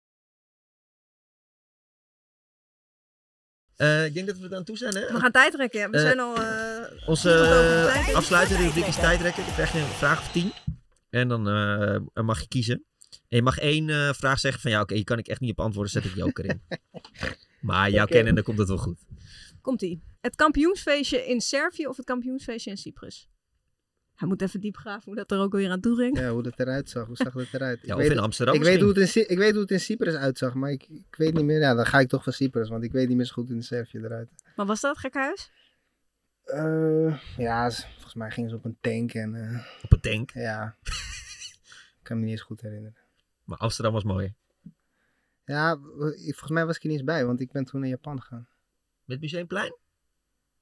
[SPEAKER 5] Eh, ik denk dat we er aan toe zijn, hè?
[SPEAKER 2] We gaan tijd trekken. ja. We
[SPEAKER 5] Eh,
[SPEAKER 2] zijn al. eh,
[SPEAKER 5] Onze eh, afsluitende rubriek is tijdrekken. Dan krijg je een vraag of tien. En dan eh, mag je kiezen. En je mag één eh, vraag zeggen van ja, oké, hier kan ik echt niet op antwoorden, zet ik joker in. Maar jou
[SPEAKER 6] Oké.
[SPEAKER 5] kennen, dan komt het wel goed.
[SPEAKER 2] Komt ie. Het kampioensfeestje in Servië of het kampioensfeestje in Cyprus? Hij moet even diep graven hoe dat er ook weer aan toe ging.
[SPEAKER 6] ja, hoe dat eruit zag. Hoe zag dat eruit?
[SPEAKER 5] Ja,
[SPEAKER 6] ik
[SPEAKER 5] of
[SPEAKER 6] weet,
[SPEAKER 5] in Amsterdam
[SPEAKER 6] ik, weet hoe
[SPEAKER 5] misschien.
[SPEAKER 6] het in, Cy- ik weet hoe het in Cyprus uitzag, maar ik, ik weet niet meer. Ja, dan ga ik toch van Cyprus, want ik weet niet meer zo goed in Servië eruit.
[SPEAKER 2] Maar was dat gekhuis?
[SPEAKER 6] Eh, ja, z- volgens mij gingen ze op een tank en eh,
[SPEAKER 5] Op een tank.
[SPEAKER 6] ja. ik kan me niet eens goed herinneren.
[SPEAKER 5] Maar Amsterdam was mooi.
[SPEAKER 6] Ja, w- ik- volgens mij was ik er niet eens bij, want ik ben toen naar Japan gegaan.
[SPEAKER 5] Met Museumplein?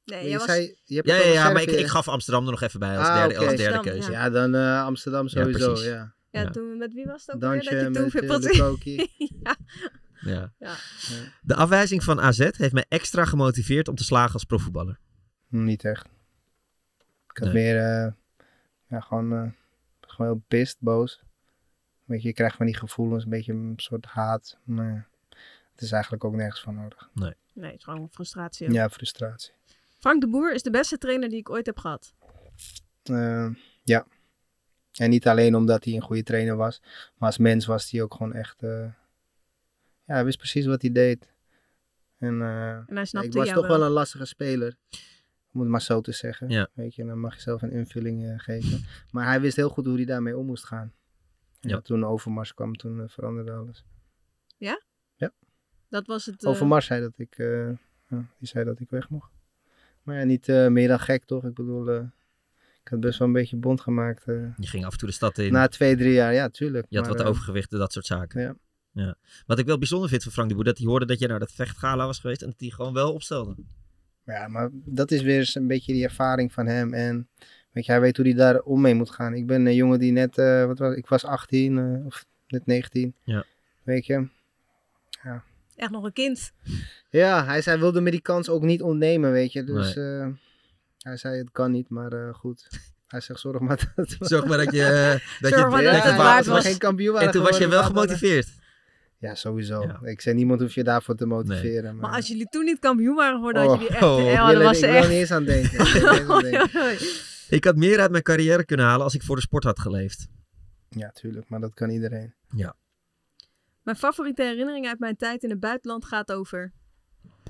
[SPEAKER 2] Nee,
[SPEAKER 6] Maar
[SPEAKER 2] jij
[SPEAKER 6] je
[SPEAKER 2] was...
[SPEAKER 6] zei, je hebt
[SPEAKER 5] Ja,
[SPEAKER 6] het
[SPEAKER 5] ja,
[SPEAKER 6] over
[SPEAKER 5] ja maar ik,
[SPEAKER 6] Servië.
[SPEAKER 5] ik gaf Amsterdam er nog even bij als
[SPEAKER 6] Ah,
[SPEAKER 5] derde,
[SPEAKER 6] oké.
[SPEAKER 5] als derde
[SPEAKER 2] Amsterdam,
[SPEAKER 5] keuze.
[SPEAKER 2] ja.
[SPEAKER 6] Ja, dan eh, Amsterdam
[SPEAKER 5] Ja,
[SPEAKER 6] sowieso,
[SPEAKER 5] precies.
[SPEAKER 6] ja.
[SPEAKER 2] ja,
[SPEAKER 5] ja.
[SPEAKER 2] toen, met wie was het ook weer
[SPEAKER 6] Dansje
[SPEAKER 2] dat je toen
[SPEAKER 6] met
[SPEAKER 2] veel
[SPEAKER 6] eh,
[SPEAKER 2] potje...
[SPEAKER 6] Lukoki.
[SPEAKER 2] ja.
[SPEAKER 5] Ja.
[SPEAKER 2] Ja.
[SPEAKER 5] De afwijzing van AZ heeft mij extra gemotiveerd om te slagen als profvoetballer.
[SPEAKER 6] Hm, Niet echt. Ik
[SPEAKER 5] Nee.
[SPEAKER 6] had meer, eh, ja, gewoon, eh, gewoon heel pist, boos. Weet je, je krijgt van die gevoelens, een beetje een soort haat. Maar ja, het is eigenlijk ook nergens van nodig.
[SPEAKER 2] Nee, het is gewoon frustratie.
[SPEAKER 6] Ja,
[SPEAKER 2] ook.
[SPEAKER 6] frustratie.
[SPEAKER 2] Frank de Boer is de beste trainer die ik ooit heb gehad.
[SPEAKER 6] Eh, ja. En niet alleen omdat hij een goede trainer was, maar als mens was hij ook gewoon echt. eh, ja, hij wist precies wat hij deed. En eh,
[SPEAKER 2] En hij snapte
[SPEAKER 6] ik was
[SPEAKER 2] jou
[SPEAKER 6] toch wel een lastige speler. Om het maar zo te zeggen.
[SPEAKER 5] Ja.
[SPEAKER 6] Weet je, dan mag je zelf een invulling eh, geven. Maar hij wist heel goed hoe hij daarmee om moest gaan. En
[SPEAKER 5] Ja.
[SPEAKER 6] Toen Overmars kwam, toen eh, veranderde alles.
[SPEAKER 2] Dat was het... eh,
[SPEAKER 6] Overmars zei dat ik, eh, ja, die zei dat ik weg mocht. Maar ja, niet eh, meer dan gek toch? Ik bedoel, eh, ik had best wel een beetje bond gemaakt. eh,
[SPEAKER 5] Je ging af en toe de stad in.
[SPEAKER 6] Na twee, drie jaar, ja, tuurlijk.
[SPEAKER 5] Je had
[SPEAKER 6] maar,
[SPEAKER 5] wat
[SPEAKER 6] eh,
[SPEAKER 5] overgewichten, dat soort zaken.
[SPEAKER 6] ja.
[SPEAKER 5] Ja. Wat ik wel bijzonder vind van Frank de Boer, dat hij hoorde dat je naar dat vechtgala was geweest en dat hij gewoon wel opstelde.
[SPEAKER 6] Ja, maar dat is weer eens een beetje die ervaring van hem. En weet je, hij weet hoe hij daar om mee moet gaan. Ik ben een jongen die net, eh, wat was, ik was 18 eh, of net 19.
[SPEAKER 5] Ja.
[SPEAKER 6] Weet je.
[SPEAKER 2] Echt nog een kind.
[SPEAKER 6] Ja, hij, zei, wilde me die kans ook niet ontnemen, weet je. Dus eh, hij zei, het kan niet, maar eh, goed. Hij zegt, zorg maar dat we-
[SPEAKER 5] Zorg maar dat je, eh, dat je
[SPEAKER 2] Zorg maar dat
[SPEAKER 5] dat
[SPEAKER 2] het
[SPEAKER 5] het
[SPEAKER 2] waard
[SPEAKER 5] waard
[SPEAKER 6] we
[SPEAKER 5] was.
[SPEAKER 6] geen kampioen waren
[SPEAKER 5] En toen was je
[SPEAKER 6] geworden,
[SPEAKER 5] wel
[SPEAKER 6] we hadden-
[SPEAKER 5] gemotiveerd.
[SPEAKER 6] Ja, sowieso.
[SPEAKER 5] Ja.
[SPEAKER 6] Ik zei, niemand hoeft je daarvoor te motiveren.
[SPEAKER 2] Maar als jullie toen niet kampioen waren geworden,
[SPEAKER 6] Oh,
[SPEAKER 2] had jullie echt...
[SPEAKER 5] oh,
[SPEAKER 2] eh,
[SPEAKER 6] Ik
[SPEAKER 2] oh,
[SPEAKER 6] wil
[SPEAKER 2] dat
[SPEAKER 6] er-
[SPEAKER 2] was
[SPEAKER 6] ik
[SPEAKER 2] ze
[SPEAKER 6] wil er
[SPEAKER 2] echt...
[SPEAKER 6] niet eens aan denken. Ik wil er niet eens aan denken.
[SPEAKER 5] Ik had meer uit mijn carrière kunnen halen als ik voor de sport had geleefd.
[SPEAKER 6] Ja, tuurlijk, maar dat kan iedereen.
[SPEAKER 2] Mijn favoriete herinnering uit mijn tijd in het buitenland gaat over...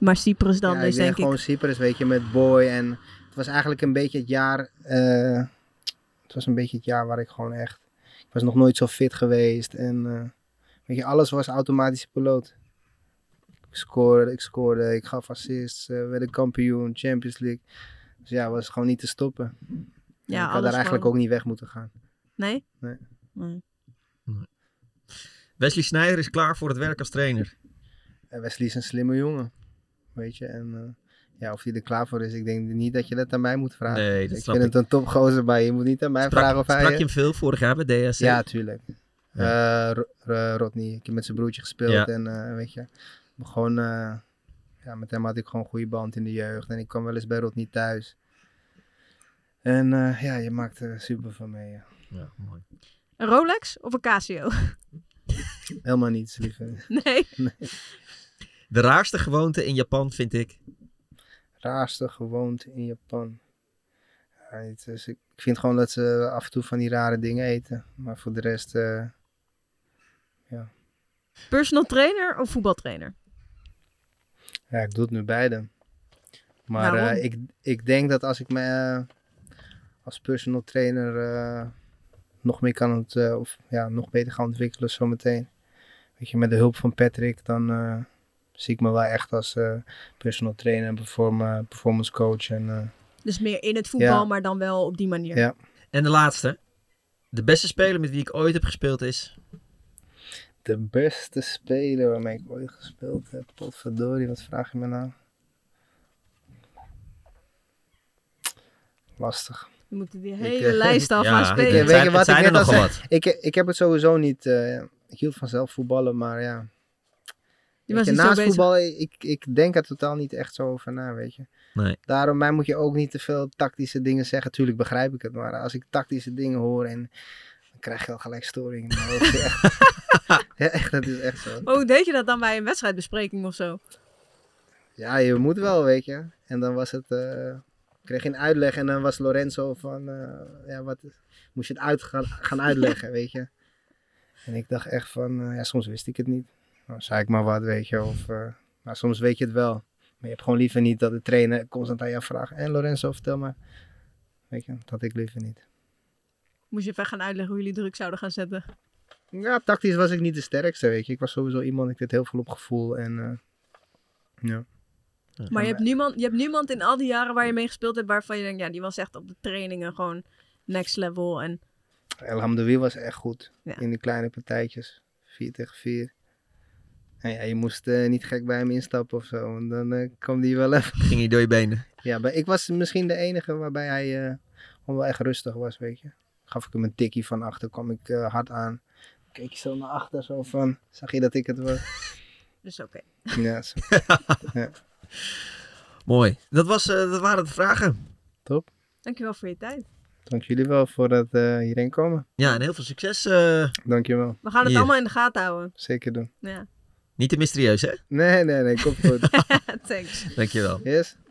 [SPEAKER 2] Maar Cyprus dan
[SPEAKER 6] ja,
[SPEAKER 2] dus,
[SPEAKER 6] ik ben
[SPEAKER 2] denk ik.
[SPEAKER 6] gewoon Cyprus, weet je, met Boy. En het was eigenlijk een beetje het jaar... eh, het was een beetje het jaar waar ik gewoon echt... Ik was nog nooit zo fit geweest. En eh, weet je, alles was automatische piloot. Ik scoorde, ik scoorde, ik gaf assists, eh, werd een kampioen, Champions League. Dus ja, was gewoon niet te stoppen.
[SPEAKER 2] Ja,
[SPEAKER 6] ik had daar
[SPEAKER 2] alles
[SPEAKER 6] eigenlijk
[SPEAKER 2] gewoon.
[SPEAKER 6] ook niet weg moeten gaan.
[SPEAKER 2] Nee?
[SPEAKER 6] Nee.
[SPEAKER 2] Nee.
[SPEAKER 5] Wesley Sneijder is klaar voor het werk als trainer.
[SPEAKER 6] En Wesley is een slimme jongen, weet je. En eh, ja, of hij er klaar voor is, ik denk niet dat je dat aan mij moet vragen.
[SPEAKER 5] Nee, dat
[SPEAKER 6] Ik
[SPEAKER 5] snap
[SPEAKER 6] vind
[SPEAKER 5] ik.
[SPEAKER 6] het een topgozer, maar je moet niet aan mij vragen of hij... eh,
[SPEAKER 5] sprak je hem veel vorig jaar bij DSC?
[SPEAKER 6] Ja, tuurlijk. Eh, Ro- eh, Rodney, ik heb met zijn broertje gespeeld
[SPEAKER 5] Ja.
[SPEAKER 6] en eh, weet je, gewoon, eh, ja, met hem had ik gewoon een goede band in de jeugd en ik kwam wel eens bij Rodney thuis. En eh, ja, je maakt er super van mee. ja.
[SPEAKER 5] Ja, mooi.
[SPEAKER 2] Een Rolex of een Casio?
[SPEAKER 6] Helemaal niets, liever.
[SPEAKER 2] Nee.
[SPEAKER 5] De raarste gewoonte in Japan vind ik.
[SPEAKER 6] Raarste gewoonte in Japan. Ja, het is- ik vind gewoon dat ze af en toe van die rare dingen eten, maar voor de rest, eh,
[SPEAKER 2] Personal trainer of voetbaltrainer?
[SPEAKER 6] Ja, ik doe het nu beide. Maar
[SPEAKER 2] Waarom?
[SPEAKER 6] eh, ik, ik denk dat als ik me eh, als personal trainer eh, nog meer kan ont, eh, of ja, nog beter gaan ontwikkelen zometeen. Weet je, met de hulp van Patrick, dan eh, zie ik me wel echt als eh, personal trainer, perform, eh, performance coach. En, eh,
[SPEAKER 2] Dus meer in het voetbal,
[SPEAKER 6] Ja.
[SPEAKER 2] maar dan wel op die manier.
[SPEAKER 6] Ja.
[SPEAKER 8] En de laatste. De beste speler met wie ik ooit heb gespeeld is.
[SPEAKER 6] de beste speler waarmee ik ooit gespeeld heb, potverdorie, wat vraag je me nou? Lastig.
[SPEAKER 2] Je moet die
[SPEAKER 8] Ik,
[SPEAKER 2] hele
[SPEAKER 8] eh,
[SPEAKER 2] lijst af gaan
[SPEAKER 8] ja,
[SPEAKER 2] spelen.
[SPEAKER 8] Het
[SPEAKER 6] Weet
[SPEAKER 8] zijn,
[SPEAKER 6] je
[SPEAKER 8] het
[SPEAKER 6] wat ik
[SPEAKER 8] zijn er
[SPEAKER 6] net al
[SPEAKER 8] nogal wat.
[SPEAKER 6] Ik, ik heb het sowieso niet. eh, ik hield vanzelf voetballen, maar ja.
[SPEAKER 2] Je
[SPEAKER 6] Weet
[SPEAKER 2] was niet zo
[SPEAKER 6] naast
[SPEAKER 2] bezig.
[SPEAKER 6] voetbal, ik, ik denk er totaal niet echt zo over na, weet je.
[SPEAKER 8] Nee.
[SPEAKER 6] Daarom, mij moet je ook niet te veel tactische dingen zeggen. Tuurlijk begrijp ik het, maar als ik tactische dingen hoor en dan krijg je al gelijk storing in mijn hoofd. Echt. Ja, echt, dat is echt zo.
[SPEAKER 2] Maar hoe Oh, deed je dat dan bij een wedstrijdbespreking of zo?
[SPEAKER 6] Ja, je moet wel, weet je. En dan was het. eh, ik kreeg een uitleg en dan was Lorenzo van. eh, ja, wat. Moest je het uit gaan, gaan uitleggen, weet je. En ik dacht echt van. eh, ja, soms wist ik het niet. Nou, zei ik maar wat, weet je. Of, eh, maar soms weet je het wel. Maar je hebt gewoon liever niet dat de trainer constant aan jou vraagt. En Lorenzo, vertel maar. Weet je, dat had ik liever niet.
[SPEAKER 2] Moest je even gaan uitleggen hoe jullie druk zouden gaan zetten.
[SPEAKER 6] Ja, tactisch was ik niet de sterkste, weet je. Ik was sowieso iemand, ik deed heel veel op gevoel. En eh, ja.
[SPEAKER 2] Maar je hebt, niemand, je hebt niemand in al die jaren waar je mee gespeeld hebt waarvan je denkt, ja, die was echt op de trainingen gewoon next level. En
[SPEAKER 6] Elhamdoui was echt goed.
[SPEAKER 2] Ja.
[SPEAKER 6] In die kleine partijtjes. 4 tegen 4. En ja, je moest eh, niet gek bij hem instappen of zo. Want dan eh, kwam die wel even.
[SPEAKER 8] Ging hij door je benen.
[SPEAKER 6] Ja, maar ik was misschien de enige waarbij hij eh, gewoon wel echt rustig was, weet je. Gaf ik hem een tikkie van achter, kwam ik eh, hard aan. Keek je zo naar achter, zo van. Zag je dat ik het was?
[SPEAKER 2] dus oké.
[SPEAKER 6] ja, zo.
[SPEAKER 8] Mooi. Dat, was, eh, dat waren de vragen.
[SPEAKER 2] Dankjewel voor je tijd.
[SPEAKER 6] Dank jullie wel voor het eh, hierheen komen.
[SPEAKER 8] Ja, en heel veel succes. eh,
[SPEAKER 6] Dank je wel.
[SPEAKER 2] We gaan het
[SPEAKER 8] Hier.
[SPEAKER 2] allemaal in de gaten houden.
[SPEAKER 6] Zeker doen.
[SPEAKER 2] Ja,
[SPEAKER 8] niet te mysterieus, hè?
[SPEAKER 6] Nee, nee, nee, komt goed.
[SPEAKER 2] thanks.
[SPEAKER 8] Dankjewel.
[SPEAKER 6] Yes?